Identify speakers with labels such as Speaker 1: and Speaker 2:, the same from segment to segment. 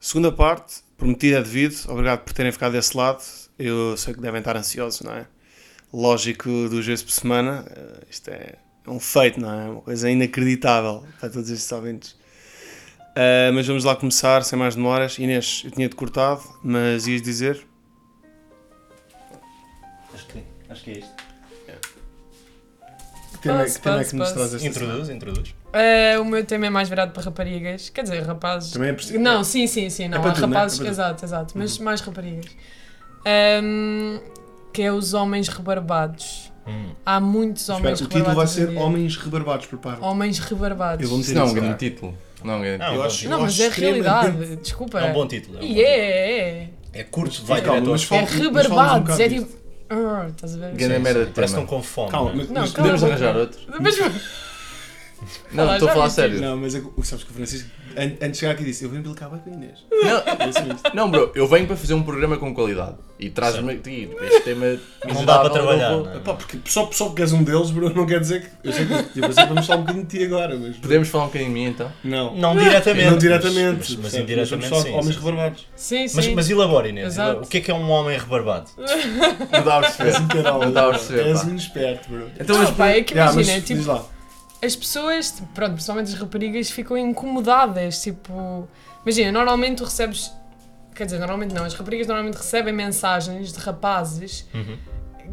Speaker 1: Segunda parte, prometido é devido. Obrigado por terem ficado desse lado. Eu sei que devem estar ansiosos, não é? Lógico, duas vezes por semana. Eh, Isto é é um feito, não é? Uma coisa inacreditável para todos estes ouvintes. Ah, mas vamos lá começar, sem mais demoras. Inês, eu tinha-te cortado, mas ias dizer?
Speaker 2: Acho que, acho que é isto.
Speaker 3: Que tema, é- que tema é que nos
Speaker 4: Passo, passo,
Speaker 3: traz esta semana?
Speaker 2: Introduz, introduz.
Speaker 4: Ah, o meu tema é mais virado para raparigas. Quer dizer, rapazes.
Speaker 3: Também é preciso.
Speaker 4: Não, sim, sim, sim. Não,
Speaker 3: para
Speaker 4: há
Speaker 3: tudo, né?
Speaker 4: rapazes.
Speaker 3: É para tudo.
Speaker 4: exato, exato. Mas mais raparigas. Ahm, que é os homens rebarbados.
Speaker 2: Hum.
Speaker 4: Há muitos homens
Speaker 3: Espera, o título vai
Speaker 4: rebarbados.
Speaker 3: ser
Speaker 4: hoje em dia.
Speaker 3: Homens rebarbados, prepara
Speaker 4: Homens rebarbados.
Speaker 3: Eu vou
Speaker 5: Isso
Speaker 3: meter
Speaker 5: não é um
Speaker 3: nisso,
Speaker 5: grande
Speaker 3: tá?
Speaker 5: título. Não é um grande
Speaker 2: Não,
Speaker 5: título.
Speaker 2: eu
Speaker 3: Eu
Speaker 2: acho-
Speaker 3: acho
Speaker 4: Não, mas é
Speaker 3: extremamente-
Speaker 4: realidade. Desculpa.
Speaker 2: É um bom título. É, um bom
Speaker 4: E é, é.
Speaker 2: título. é curto, vai
Speaker 3: Calma,
Speaker 2: direto ao
Speaker 3: mas
Speaker 2: assunto.
Speaker 4: É
Speaker 3: Fala- mas fala-nos um
Speaker 4: rebarbados.
Speaker 3: bocado
Speaker 4: É
Speaker 3: disto.
Speaker 4: tipo. "Arr", Estás a ver?
Speaker 5: Grande
Speaker 4: Sim.
Speaker 5: merda
Speaker 2: Parece
Speaker 5: de
Speaker 2: que estão
Speaker 5: tema.
Speaker 2: com fome.
Speaker 3: Calma,
Speaker 2: não é?
Speaker 3: mas,
Speaker 4: Não,
Speaker 3: mas
Speaker 4: cala a
Speaker 3: podemos
Speaker 4: boca.
Speaker 3: arranjar.
Speaker 5: arranjar outro.
Speaker 4: Mas
Speaker 5: Não,
Speaker 4: Fala,
Speaker 5: estou a
Speaker 4: já
Speaker 5: falar
Speaker 4: disse.
Speaker 5: sério.
Speaker 3: Não, mas é que- sabes que o Francisco, an- antes de chegar aqui, disse: Eu vim pelo cabo com a Inês.
Speaker 5: Não,
Speaker 3: É assim mesmo.
Speaker 5: não, bro, eu venho para fazer um programa com qualidade. E traz-me aqui. tipo, Este tema.
Speaker 2: Não
Speaker 5: miserável,
Speaker 2: dá para
Speaker 5: eu
Speaker 2: trabalhar.
Speaker 5: vou-
Speaker 2: não é?
Speaker 3: Pá, porque só, só porque és um deles, Bruno, não quer dizer que. Eu sei que tipo, eu sei que vamos falar um bocadinho de ti agora,
Speaker 2: é?
Speaker 3: mas.
Speaker 5: Podemos falar um bocadinho de mim então?
Speaker 3: Não.
Speaker 2: Não diretamente.
Speaker 3: Não diretamente.
Speaker 2: Mas, mas
Speaker 3: percebes?
Speaker 2: indiretamente
Speaker 3: Somos só
Speaker 2: sim.
Speaker 3: Homens
Speaker 2: sim.
Speaker 3: rebarbados.
Speaker 4: sim, sim.
Speaker 2: Mas, mas elabora, Inês.
Speaker 4: Exato.
Speaker 2: O que é que é um homem rebarbado?
Speaker 5: Não dá a perceber.
Speaker 3: És um canal.
Speaker 5: Não dá a perceber,
Speaker 3: És
Speaker 5: pá.
Speaker 3: um esperto, Bruno.
Speaker 5: Então,
Speaker 4: Não,
Speaker 5: mas
Speaker 4: pá, é que
Speaker 3: Já,
Speaker 4: imagina,
Speaker 3: Ah, mas
Speaker 4: tipo,
Speaker 3: diz lá.
Speaker 4: as pessoas, tipo, pronto, principalmente as raparigas, ficam incomodadas, tipo... Imagina, normalmente tu recebes... Quer dizer, normalmente não, as raparigas normalmente recebem mensagens de rapazes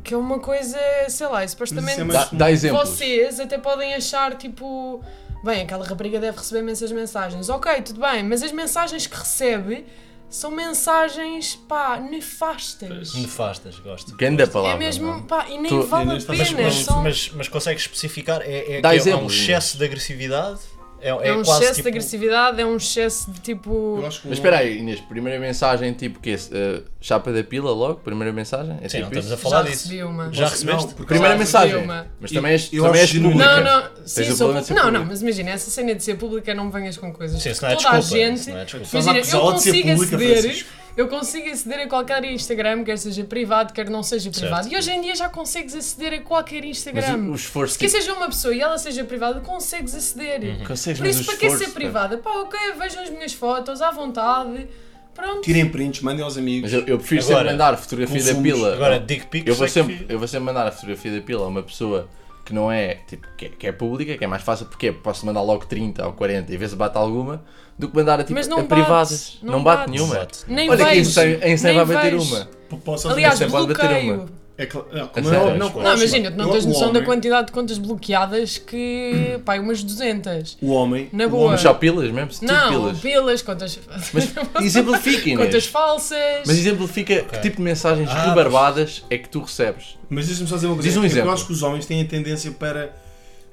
Speaker 4: que é uma coisa, sei lá, e supostamente
Speaker 3: é mais-
Speaker 5: dá, dá exemplos.
Speaker 4: vocês até podem achar, tipo... Bem, aquela rapariga deve receber imensas mensagens. Ok, tudo bem, mas as mensagens que recebe são mensagens, pá, nefastas.
Speaker 2: Nefastas, gosto.
Speaker 5: Grande palavra.
Speaker 4: É mesmo,
Speaker 5: não.
Speaker 4: pá, e nem
Speaker 5: Tu-
Speaker 4: vale
Speaker 3: Inês,
Speaker 4: a
Speaker 3: estás a
Speaker 2: Mas,
Speaker 4: pena,
Speaker 2: mas,
Speaker 4: são...
Speaker 2: mas, mas consegues especificar? É, é,
Speaker 5: Dá
Speaker 2: que é
Speaker 5: exemplo,
Speaker 2: um
Speaker 5: Inês.
Speaker 2: excesso de agressividade? É, é
Speaker 4: É um
Speaker 2: quase
Speaker 4: excesso
Speaker 2: tipo,
Speaker 4: de agressividade, é um excesso de tipo.
Speaker 3: Eu acho que um
Speaker 5: Mas espera aí, Inês, primeira mensagem tipo que é eh, chapa da pila logo? Primeira mensagem? É
Speaker 2: Sim, não
Speaker 5: tipo
Speaker 2: estamos
Speaker 5: isso?
Speaker 2: a falar
Speaker 4: Já
Speaker 2: disso.
Speaker 4: recebi uma.
Speaker 2: Já
Speaker 3: Não,
Speaker 2: recebeste?
Speaker 3: porque-
Speaker 5: Primeira
Speaker 4: Já
Speaker 5: mensagem.
Speaker 4: recebi uma.
Speaker 5: Mas também és,
Speaker 3: Eu
Speaker 5: também és
Speaker 3: acho
Speaker 5: pública.
Speaker 4: Não, não, sim,
Speaker 5: Tens o
Speaker 4: sou-
Speaker 5: problema de ser
Speaker 4: não,
Speaker 5: pública.
Speaker 4: não, mas imagina, essa cena de ser pública não me venhas com coisas.
Speaker 2: Sim, isso não
Speaker 4: Toda
Speaker 2: é desculpa.
Speaker 4: a gente,
Speaker 2: isso não é desculpa.
Speaker 3: Estás a
Speaker 4: imagina, eu
Speaker 3: acusá-la de ser
Speaker 4: consigo
Speaker 3: pública,
Speaker 4: aceder,
Speaker 3: Francisco.
Speaker 4: eu consigo aceder a qualquer Instagram, quer seja privado, quer não seja privado.
Speaker 2: Certo.
Speaker 4: E hoje em dia já consegues aceder a qualquer
Speaker 5: Mas o,
Speaker 4: Instagram.
Speaker 5: o esforço.
Speaker 4: Que
Speaker 5: Tipo,
Speaker 4: seja uma pessoa e ela seja privada, consegues aceder.
Speaker 5: consegues,
Speaker 4: Por
Speaker 5: mas
Speaker 3: um
Speaker 4: isso,
Speaker 5: o
Speaker 4: para que
Speaker 5: esforço, é.
Speaker 4: ser
Speaker 5: pá.
Speaker 4: privada? Pá, ok, vejam as minhas fotos à vontade. Pronto.
Speaker 3: Tirem prints, mandem aos amigos.
Speaker 5: Mas eu, eu prefiro
Speaker 2: Agora,
Speaker 5: sempre mandar fotografia da
Speaker 3: consumos.
Speaker 5: pila. um
Speaker 2: Agora, dick pics
Speaker 5: eu, vou
Speaker 2: é que-
Speaker 5: sempre, eu vou sempre mandar a fotografia da pila a uma pessoa que não é, tipo, que é, que é pública, que é mais fácil, porque posso mandar logo 30 ou 40 e ver se bate alguma, do que mandar a, tipo,
Speaker 4: Mas não
Speaker 5: a
Speaker 4: bates,
Speaker 5: privadas.
Speaker 4: não
Speaker 5: Não, bate
Speaker 4: bates.
Speaker 5: nenhuma.
Speaker 2: Exato.
Speaker 4: Nem
Speaker 5: Olha que em
Speaker 4: vejo,
Speaker 5: 100, em 100
Speaker 4: nem
Speaker 5: eu vai bater
Speaker 4: vejo.
Speaker 5: uma.
Speaker 3: P- Posso
Speaker 4: Aliás,
Speaker 5: Essa pode bater
Speaker 4: bloqueio.
Speaker 5: uma.
Speaker 3: É claro. Não,
Speaker 5: A
Speaker 3: como é,
Speaker 5: sério?
Speaker 3: não,
Speaker 4: Não, imagina, tu
Speaker 3: eu-
Speaker 4: não tens
Speaker 3: o
Speaker 4: noção da
Speaker 3: homem-
Speaker 4: quantidade de contas bloqueadas que. pá, é umas 200.
Speaker 3: O Um homem.
Speaker 4: Na
Speaker 3: o
Speaker 4: boa.
Speaker 5: Mas só pilas mesmo? Tudo
Speaker 4: Não,
Speaker 5: pilas.
Speaker 4: pilas, contas.
Speaker 5: Mas exemplifica, Inês.
Speaker 4: contas falsas.
Speaker 5: Mas exemplifica que tipo de mensagens
Speaker 2: Ah,
Speaker 5: rebarbadas é que tu recebes.
Speaker 3: Mas deixa-me só dizer uma coisa.
Speaker 5: Diz um
Speaker 3: É que
Speaker 5: exemplo.
Speaker 3: Eu acho que os homens têm a tendência para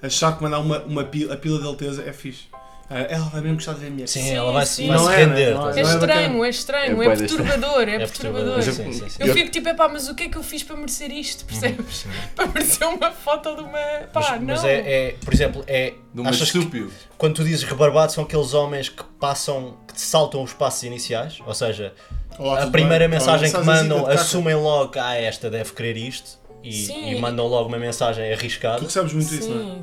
Speaker 3: achar que mandar uma, uma pila, a pila de Alteza é fixe. Ah, ela vai mesmo gostar de ver a minha.
Speaker 2: Sim,
Speaker 4: Sim,
Speaker 2: ela vai,
Speaker 4: sim.
Speaker 2: vai
Speaker 3: Não
Speaker 2: se
Speaker 3: é,
Speaker 2: render.
Speaker 3: não é,
Speaker 2: estás
Speaker 4: É
Speaker 2: a ver?
Speaker 3: bacana.
Speaker 4: estranho, é estranho,
Speaker 5: É
Speaker 4: é,
Speaker 5: bué de
Speaker 4: perturbador, é,
Speaker 2: É
Speaker 4: perturbador.
Speaker 2: perturbador.
Speaker 5: Mas eu-
Speaker 2: Sim, sim, sim.
Speaker 4: Eu fico tipo, é pá, mas o que é que eu fiz para merecer isto, percebes? para merecer uma foto de uma.
Speaker 2: Mas,
Speaker 4: pá, não.
Speaker 2: mas é, é, por exemplo, é.
Speaker 5: De uma
Speaker 2: Achas que
Speaker 5: estúpida.
Speaker 2: quando tu dizes rebarbado são aqueles homens que passam, que saltam os passos iniciais, ou seja,
Speaker 3: Olá,
Speaker 2: a
Speaker 3: tudo
Speaker 2: primeira
Speaker 3: bem? assim
Speaker 2: mensagem
Speaker 3: Olá,
Speaker 2: que
Speaker 3: mensagem
Speaker 2: mandam
Speaker 3: de carta.
Speaker 2: assumem logo que ah, esta deve querer isto e,
Speaker 4: Sim.
Speaker 2: e mandam logo uma mensagem
Speaker 3: Tu
Speaker 2: arriscada.
Speaker 3: recebes muito isso, não é?
Speaker 4: Sim,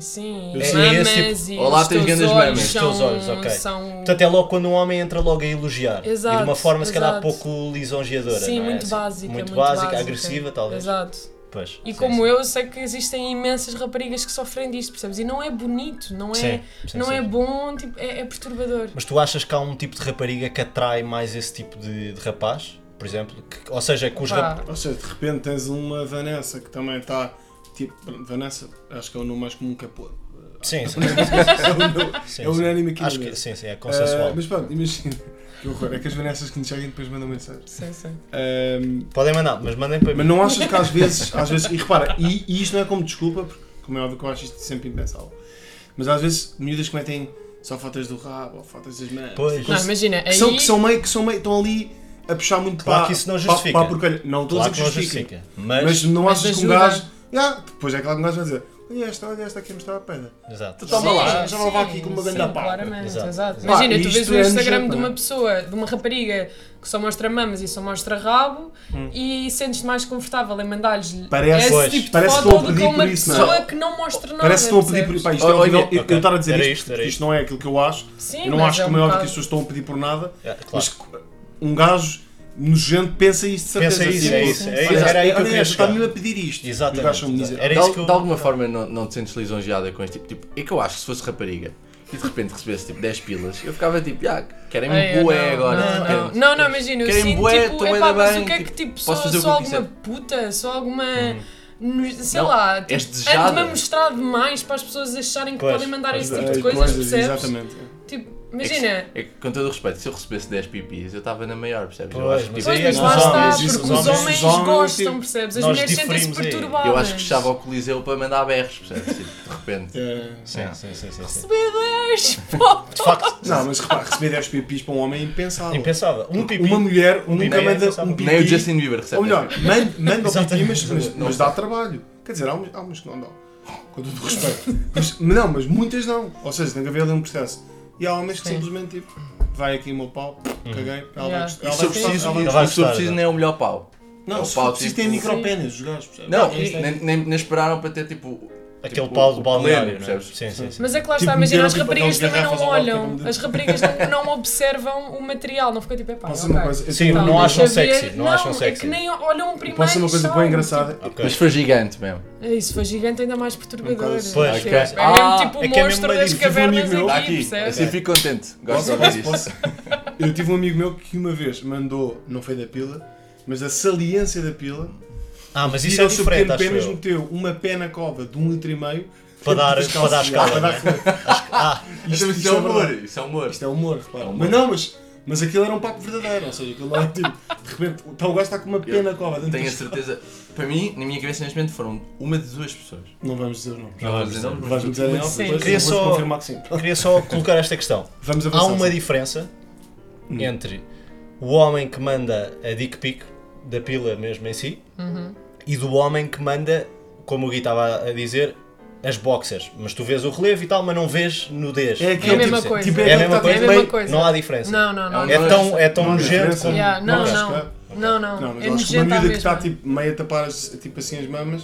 Speaker 4: sim.
Speaker 2: É-
Speaker 4: Mamas
Speaker 2: é esse tipo,
Speaker 4: e
Speaker 5: olá,
Speaker 4: os
Speaker 5: tens
Speaker 4: teus
Speaker 5: grandes
Speaker 4: olhos
Speaker 5: mamas.
Speaker 2: Os
Speaker 4: são-
Speaker 2: teus olhos, ok.
Speaker 4: são-
Speaker 2: Portanto, é logo quando um homem entra logo a elogiar. e de
Speaker 4: Exato,
Speaker 2: uma forma, se calhar,
Speaker 4: exato.
Speaker 2: pouco lisonjeadora.
Speaker 4: Sim,
Speaker 2: não é?
Speaker 4: muito
Speaker 2: Assim,
Speaker 4: básica.
Speaker 2: Muito,
Speaker 4: muito
Speaker 2: básica, agressiva, talvez.
Speaker 4: Exato.
Speaker 2: Pois,
Speaker 4: E
Speaker 2: sim,
Speaker 4: como
Speaker 2: sim.
Speaker 4: eu, sei que existem imensas raparigas que sofrem disto, percebes? E não é bonito, não é,
Speaker 2: Sim, sim,
Speaker 4: não
Speaker 2: sim.
Speaker 4: é bom, tipo, é, é perturbador.
Speaker 2: Mas tu achas que há um tipo de rapariga que atrai mais esse tipo de, de rapaz, por exemplo? Que- ou seja, que os
Speaker 4: Pá,
Speaker 2: rap-
Speaker 3: Ou seja, de repente tens uma Vanessa que também está. Tipo, pronto, Vanessa, acho que é o nome mais comum que é pôr.
Speaker 2: Sim, sim.
Speaker 3: É o nome-
Speaker 2: sim,
Speaker 3: é unânime aqui.
Speaker 2: Acho
Speaker 3: não é?
Speaker 2: que sim, sim, é consensual.
Speaker 3: Ah, mas pronto, imagina. Que horror. É que as Vanessas que nos seguem depois mandam mensagem.
Speaker 4: Sim, sim.
Speaker 3: Ahm,
Speaker 2: Podem mandar, mas mandem para
Speaker 3: mas
Speaker 2: mim.
Speaker 3: não achas que às vezes. Às vezes e repara, e, e isto não é como desculpa, porque como é óbvio que eu acho isto sempre impensável. Mas às vezes miúdas cometem só fotos do rabo ou fotos das mãos.
Speaker 2: Pois.
Speaker 4: Não, imagina,
Speaker 3: Que
Speaker 4: aí...
Speaker 3: são, que são meio que são meio. estão ali a puxar muito
Speaker 2: Claro
Speaker 3: para.
Speaker 2: que isso não
Speaker 3: para-
Speaker 2: justifica.
Speaker 3: para a porcalha. Não, estou a
Speaker 2: Claro
Speaker 3: dizer
Speaker 2: que não
Speaker 3: que justifica.
Speaker 2: justifica. Mas.
Speaker 3: Mas não
Speaker 4: Mas
Speaker 3: achas que um
Speaker 4: ajuda.
Speaker 3: gajo. Ah, depois é claro que um gajo vai dizer: Olha esta, olha esta aqui a mostrar a pedra.
Speaker 2: Exato.
Speaker 3: toma
Speaker 4: Sim,
Speaker 3: lá, já
Speaker 4: sim,
Speaker 3: leva aqui com uma grande
Speaker 4: sim,
Speaker 3: pá.
Speaker 4: Claramente,
Speaker 2: Exato.
Speaker 4: exato.
Speaker 3: Pá,
Speaker 4: Imagina, tu
Speaker 3: isto
Speaker 4: vês o
Speaker 3: é
Speaker 4: Instagram
Speaker 3: nojento,
Speaker 4: de
Speaker 3: não
Speaker 4: uma
Speaker 3: é?
Speaker 4: pessoa, de uma rapariga que só mostra mamas e só mostra rabo e sentes-te mais confortável em mandar-lhes
Speaker 3: Hum. Parece-
Speaker 4: esse
Speaker 2: Pois,
Speaker 4: tipo de
Speaker 3: parece que
Speaker 4: foto
Speaker 3: estão a
Speaker 4: do que
Speaker 3: pedir
Speaker 4: uma
Speaker 3: por isso, não é?
Speaker 4: pessoa que não mostra nada.
Speaker 3: Parece que estão a pedir por.
Speaker 4: percebes?
Speaker 3: Pá, isto é
Speaker 5: Olha,
Speaker 3: horrível. Eu-
Speaker 2: ok.
Speaker 3: Eu estar a dizer
Speaker 2: Era
Speaker 3: isto,
Speaker 2: isto, era
Speaker 3: porque
Speaker 2: isto.
Speaker 3: isto não é aquilo que eu acho.
Speaker 4: Sim,
Speaker 3: eu não
Speaker 4: mas
Speaker 3: acho
Speaker 4: é
Speaker 3: que
Speaker 4: um
Speaker 3: como é óbvio que
Speaker 4: bocado-
Speaker 3: as pessoas estão a pedir por nada.
Speaker 2: É, claro.
Speaker 3: Mas um gajo nojento pensa isto de certeza.
Speaker 2: Pensa isso,
Speaker 3: tipo,
Speaker 2: é isso, é isso.
Speaker 3: olha,
Speaker 2: Era aí que eu
Speaker 3: olha,
Speaker 2: queria
Speaker 3: está
Speaker 2: chegar.
Speaker 3: mesmo a pedir isto. E o gajo só me
Speaker 2: Exatamente.
Speaker 3: dizer,
Speaker 2: Era É
Speaker 5: De,
Speaker 2: isso
Speaker 5: al-
Speaker 2: que eu...
Speaker 5: de alguma forma não, não te sentes lisonjeada com este tipo, tipo. É que eu acho que se fosse rapariga e de repente recebesse tipo 10 pilas, eu ficava tipo, ah,
Speaker 4: Ai,
Speaker 5: querem-me
Speaker 4: eu
Speaker 5: bué
Speaker 4: É, não,
Speaker 5: agora. tipo,
Speaker 4: Não,
Speaker 5: querem-me-
Speaker 4: não, não, não, imagina, eu
Speaker 5: Querem
Speaker 4: sinto
Speaker 5: bué,
Speaker 4: tipo,
Speaker 5: tô bué
Speaker 4: epá,
Speaker 5: da
Speaker 4: mas
Speaker 5: bem,
Speaker 4: o que é que
Speaker 5: tipo,
Speaker 4: tipo, só,
Speaker 5: posso fazer o
Speaker 4: só
Speaker 5: que eu Uhum.
Speaker 4: alguma puta, só alguma. nu- Sei
Speaker 5: Não,
Speaker 4: lá,
Speaker 5: és
Speaker 4: tipo,
Speaker 5: desejada.
Speaker 4: ande-me a mostrar demais para as pessoas acharem que
Speaker 2: Pois,
Speaker 4: podem mandar esse tipo
Speaker 3: "Ei,
Speaker 4: de coisas, percebes?
Speaker 3: Exatamente.
Speaker 4: Tipo,
Speaker 5: É que se-
Speaker 4: imagina,
Speaker 5: é que, com todo o respeito, se eu recebesse 10 pipis, eu estava na maior, percebes? eu
Speaker 2: Pois,
Speaker 5: acho que,
Speaker 2: mas
Speaker 5: tipo,
Speaker 4: Pois,
Speaker 2: aí é
Speaker 4: mas
Speaker 2: que
Speaker 4: lá
Speaker 2: os
Speaker 4: está,
Speaker 2: homens-
Speaker 4: porque
Speaker 2: os
Speaker 4: os
Speaker 2: homens-
Speaker 4: homens
Speaker 3: os homens,
Speaker 4: gostam,
Speaker 3: tipo,
Speaker 4: percebes? As
Speaker 2: nós
Speaker 4: mulheres sentem-se
Speaker 2: diferimos aí.
Speaker 4: perturbadas.
Speaker 5: eu acho que chegava ao Coliseu para mandar berros, percebes? Tipo, de repente.
Speaker 3: É.
Speaker 2: Sim, sim, sim, sim, sim.
Speaker 4: Bebês, pô!
Speaker 2: De facto,
Speaker 3: Não, mas repara, receber 10 pipis para um homem é impensável.
Speaker 2: impensável. Um pipi.
Speaker 3: Uma mulher
Speaker 2: pipi
Speaker 3: nunca
Speaker 2: é
Speaker 3: manda
Speaker 2: impensável.
Speaker 3: um pipi.
Speaker 5: Nem o Justin Bieber recebe.
Speaker 3: Ou melhor,
Speaker 5: 10
Speaker 3: manda, manda o pipi,
Speaker 2: Exatamente.
Speaker 3: mas, mas, mas dá trabalho. Quer dizer, há umas, há umas que não dão. Com todo o respeito. Mas, não, mas muitas não. Ou seja, tem que haver ali um processo. E há homens que
Speaker 4: Sim.
Speaker 3: simplesmente tipo, vai aqui o meu pau,
Speaker 2: Uhum.
Speaker 3: caguei, ela vai gostar.
Speaker 4: Yeah.
Speaker 5: E
Speaker 3: ela
Speaker 5: se
Speaker 3: vai
Speaker 5: eu
Speaker 3: gostar,
Speaker 5: preciso,
Speaker 3: ela
Speaker 2: Ela vai
Speaker 3: vai gostar.
Speaker 5: e se eu
Speaker 2: gostar,
Speaker 5: preciso,
Speaker 2: não.
Speaker 5: nem é o melhor pau. é
Speaker 3: Não,
Speaker 5: o
Speaker 3: se
Speaker 5: pau,
Speaker 3: for preciso,
Speaker 5: tipo-
Speaker 3: tem micropénis, os gajos, percebes?
Speaker 5: Não,
Speaker 2: Não, isto é-
Speaker 5: nem, nem, nem esperaram para ter tipo.
Speaker 2: Aquele
Speaker 5: tipo,
Speaker 2: pau
Speaker 5: o
Speaker 2: de balneário,
Speaker 5: pleno,
Speaker 2: não é?
Speaker 5: percebes?
Speaker 2: Sim, sim, sim.
Speaker 4: Mas é que lá
Speaker 3: Tipo,
Speaker 4: está, imagina,
Speaker 3: meteram,
Speaker 4: as
Speaker 3: tipo,
Speaker 4: raparigas
Speaker 3: aquelas
Speaker 4: também não
Speaker 3: garrafas ao lado,
Speaker 4: olham,
Speaker 3: tipo,
Speaker 4: as raparigas não, não observam o material, não ficam tipo, epá,
Speaker 3: Posso
Speaker 4: ok.
Speaker 3: dizer uma coisa? Eu
Speaker 2: Sim,
Speaker 3: tenho-
Speaker 2: não
Speaker 4: Então,
Speaker 2: acham
Speaker 4: deixa ver.
Speaker 2: sexy, não acham
Speaker 4: É
Speaker 2: sexy.
Speaker 4: que nem olham o primeiro.
Speaker 3: Posso dizer uma coisa bem
Speaker 4: só, um
Speaker 3: engraçada?
Speaker 2: Ok.
Speaker 5: Mas foi gigante mesmo.
Speaker 4: tipo, Isso foi gigante, ainda mais perturbador.
Speaker 3: Pois,
Speaker 4: percebes?
Speaker 2: ok.
Speaker 4: É mesmo
Speaker 5: Ah,
Speaker 4: tipo
Speaker 2: é
Speaker 4: o
Speaker 2: que é mesmo
Speaker 4: monstro das
Speaker 2: ali, vivo um
Speaker 4: cavernas
Speaker 3: amigo meu.
Speaker 5: Está
Speaker 4: aqui,
Speaker 5: aqui,
Speaker 4: percebes?
Speaker 5: assim fico contente. Gosto de
Speaker 3: Posso,
Speaker 5: ouvir
Speaker 3: posso,
Speaker 5: isto.
Speaker 3: posso. Eu tive um amigo meu que uma vez mandou, não foi da pila, mas a saliência da pila,
Speaker 2: Ah, mas isso
Speaker 3: tirou
Speaker 2: é
Speaker 3: o seu pequeno
Speaker 2: diferente, acho
Speaker 3: pé, mas
Speaker 2: eu.
Speaker 3: meteu uma pé na cova de um litro e meio
Speaker 2: Para dar, para dar a escala, não é?
Speaker 5: Isto,
Speaker 3: isto
Speaker 5: é
Speaker 3: é verdade.
Speaker 5: humor, isto é humor.
Speaker 3: Isto é humor, repara.
Speaker 5: É humor.
Speaker 3: Mas não, mas, mas aquilo era um papo verdadeiro, ou seja, aquilo não é tipo, de repente, então o gajo está com uma pena na cova dentro
Speaker 5: Tenho a
Speaker 3: dos-
Speaker 5: certeza. Para mim, na minha cabeça neste momento foram uma de duas pessoas.
Speaker 3: Não vamos dizer o nome.
Speaker 5: Não vou dizer nomes,
Speaker 3: Não
Speaker 5: mas
Speaker 3: vais-me dizer em off,
Speaker 4: Sim.
Speaker 3: depois
Speaker 2: Queria
Speaker 3: eu vou-te
Speaker 2: só-
Speaker 3: confirmar que sim.
Speaker 2: Queria só colocar esta questão.
Speaker 3: Vamos avançar.
Speaker 2: Há uma
Speaker 3: sim. Hum.
Speaker 2: diferença entre o homem que manda a dick pic, da pila mesmo em si,
Speaker 4: Uhum.
Speaker 2: e do homem que manda, como o Gui estava a dizer, as boxers. Mas tu vês o relevo e tal, mas não vês nudez.
Speaker 3: É
Speaker 4: É
Speaker 3: aquele
Speaker 4: a mesma
Speaker 3: tipo-
Speaker 4: coisa.
Speaker 3: tipo,
Speaker 2: É a
Speaker 3: aquele
Speaker 2: mesma
Speaker 3: que está
Speaker 2: coisa,
Speaker 4: É a mesma
Speaker 2: mas
Speaker 4: coisa.
Speaker 2: não há diferença.
Speaker 4: Não, não,
Speaker 5: É um
Speaker 4: não.
Speaker 2: É tão, é tão
Speaker 3: Não há
Speaker 2: nojento
Speaker 3: diferença.
Speaker 2: como.
Speaker 4: Yeah, Não,
Speaker 3: Não,
Speaker 4: não.
Speaker 3: acho
Speaker 4: Não, não.
Speaker 3: Não, mas
Speaker 4: É
Speaker 3: eu acho que uma
Speaker 4: nojento à
Speaker 3: miúda que está
Speaker 4: mesma.
Speaker 3: tipo, meio a tapar as- tipo assim as mamas,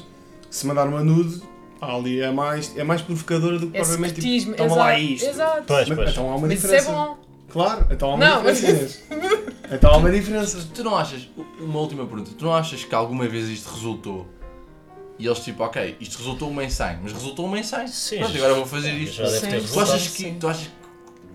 Speaker 3: se mandar uma nude, há ali é mais, é mais provocadora do que
Speaker 4: É
Speaker 3: provavelmente tipo,
Speaker 4: secretismo,
Speaker 3: toma lá
Speaker 4: exato.
Speaker 3: isto.
Speaker 4: Exato.
Speaker 2: Pois,
Speaker 3: Mas,
Speaker 2: pois.
Speaker 3: então há uma
Speaker 4: Mas isso é
Speaker 3: diferença.
Speaker 4: bom.
Speaker 3: Claro, então há uma
Speaker 4: Não, mas-
Speaker 3: diferença. Inês. Então há uma diferença.
Speaker 5: Tu não achas, uma última pergunta, tu não achas que alguma vez isto resultou? E eles tipo, ok, isto resultou uma ensaio, mas resultou uma ensaio.
Speaker 2: Sim.
Speaker 5: Pronto, agora vou
Speaker 3: é
Speaker 5: fazer isto.
Speaker 2: Já deve ter
Speaker 4: Sim.
Speaker 5: Tu achas
Speaker 2: resultado.
Speaker 5: que,
Speaker 4: Sim.
Speaker 5: tu achas que,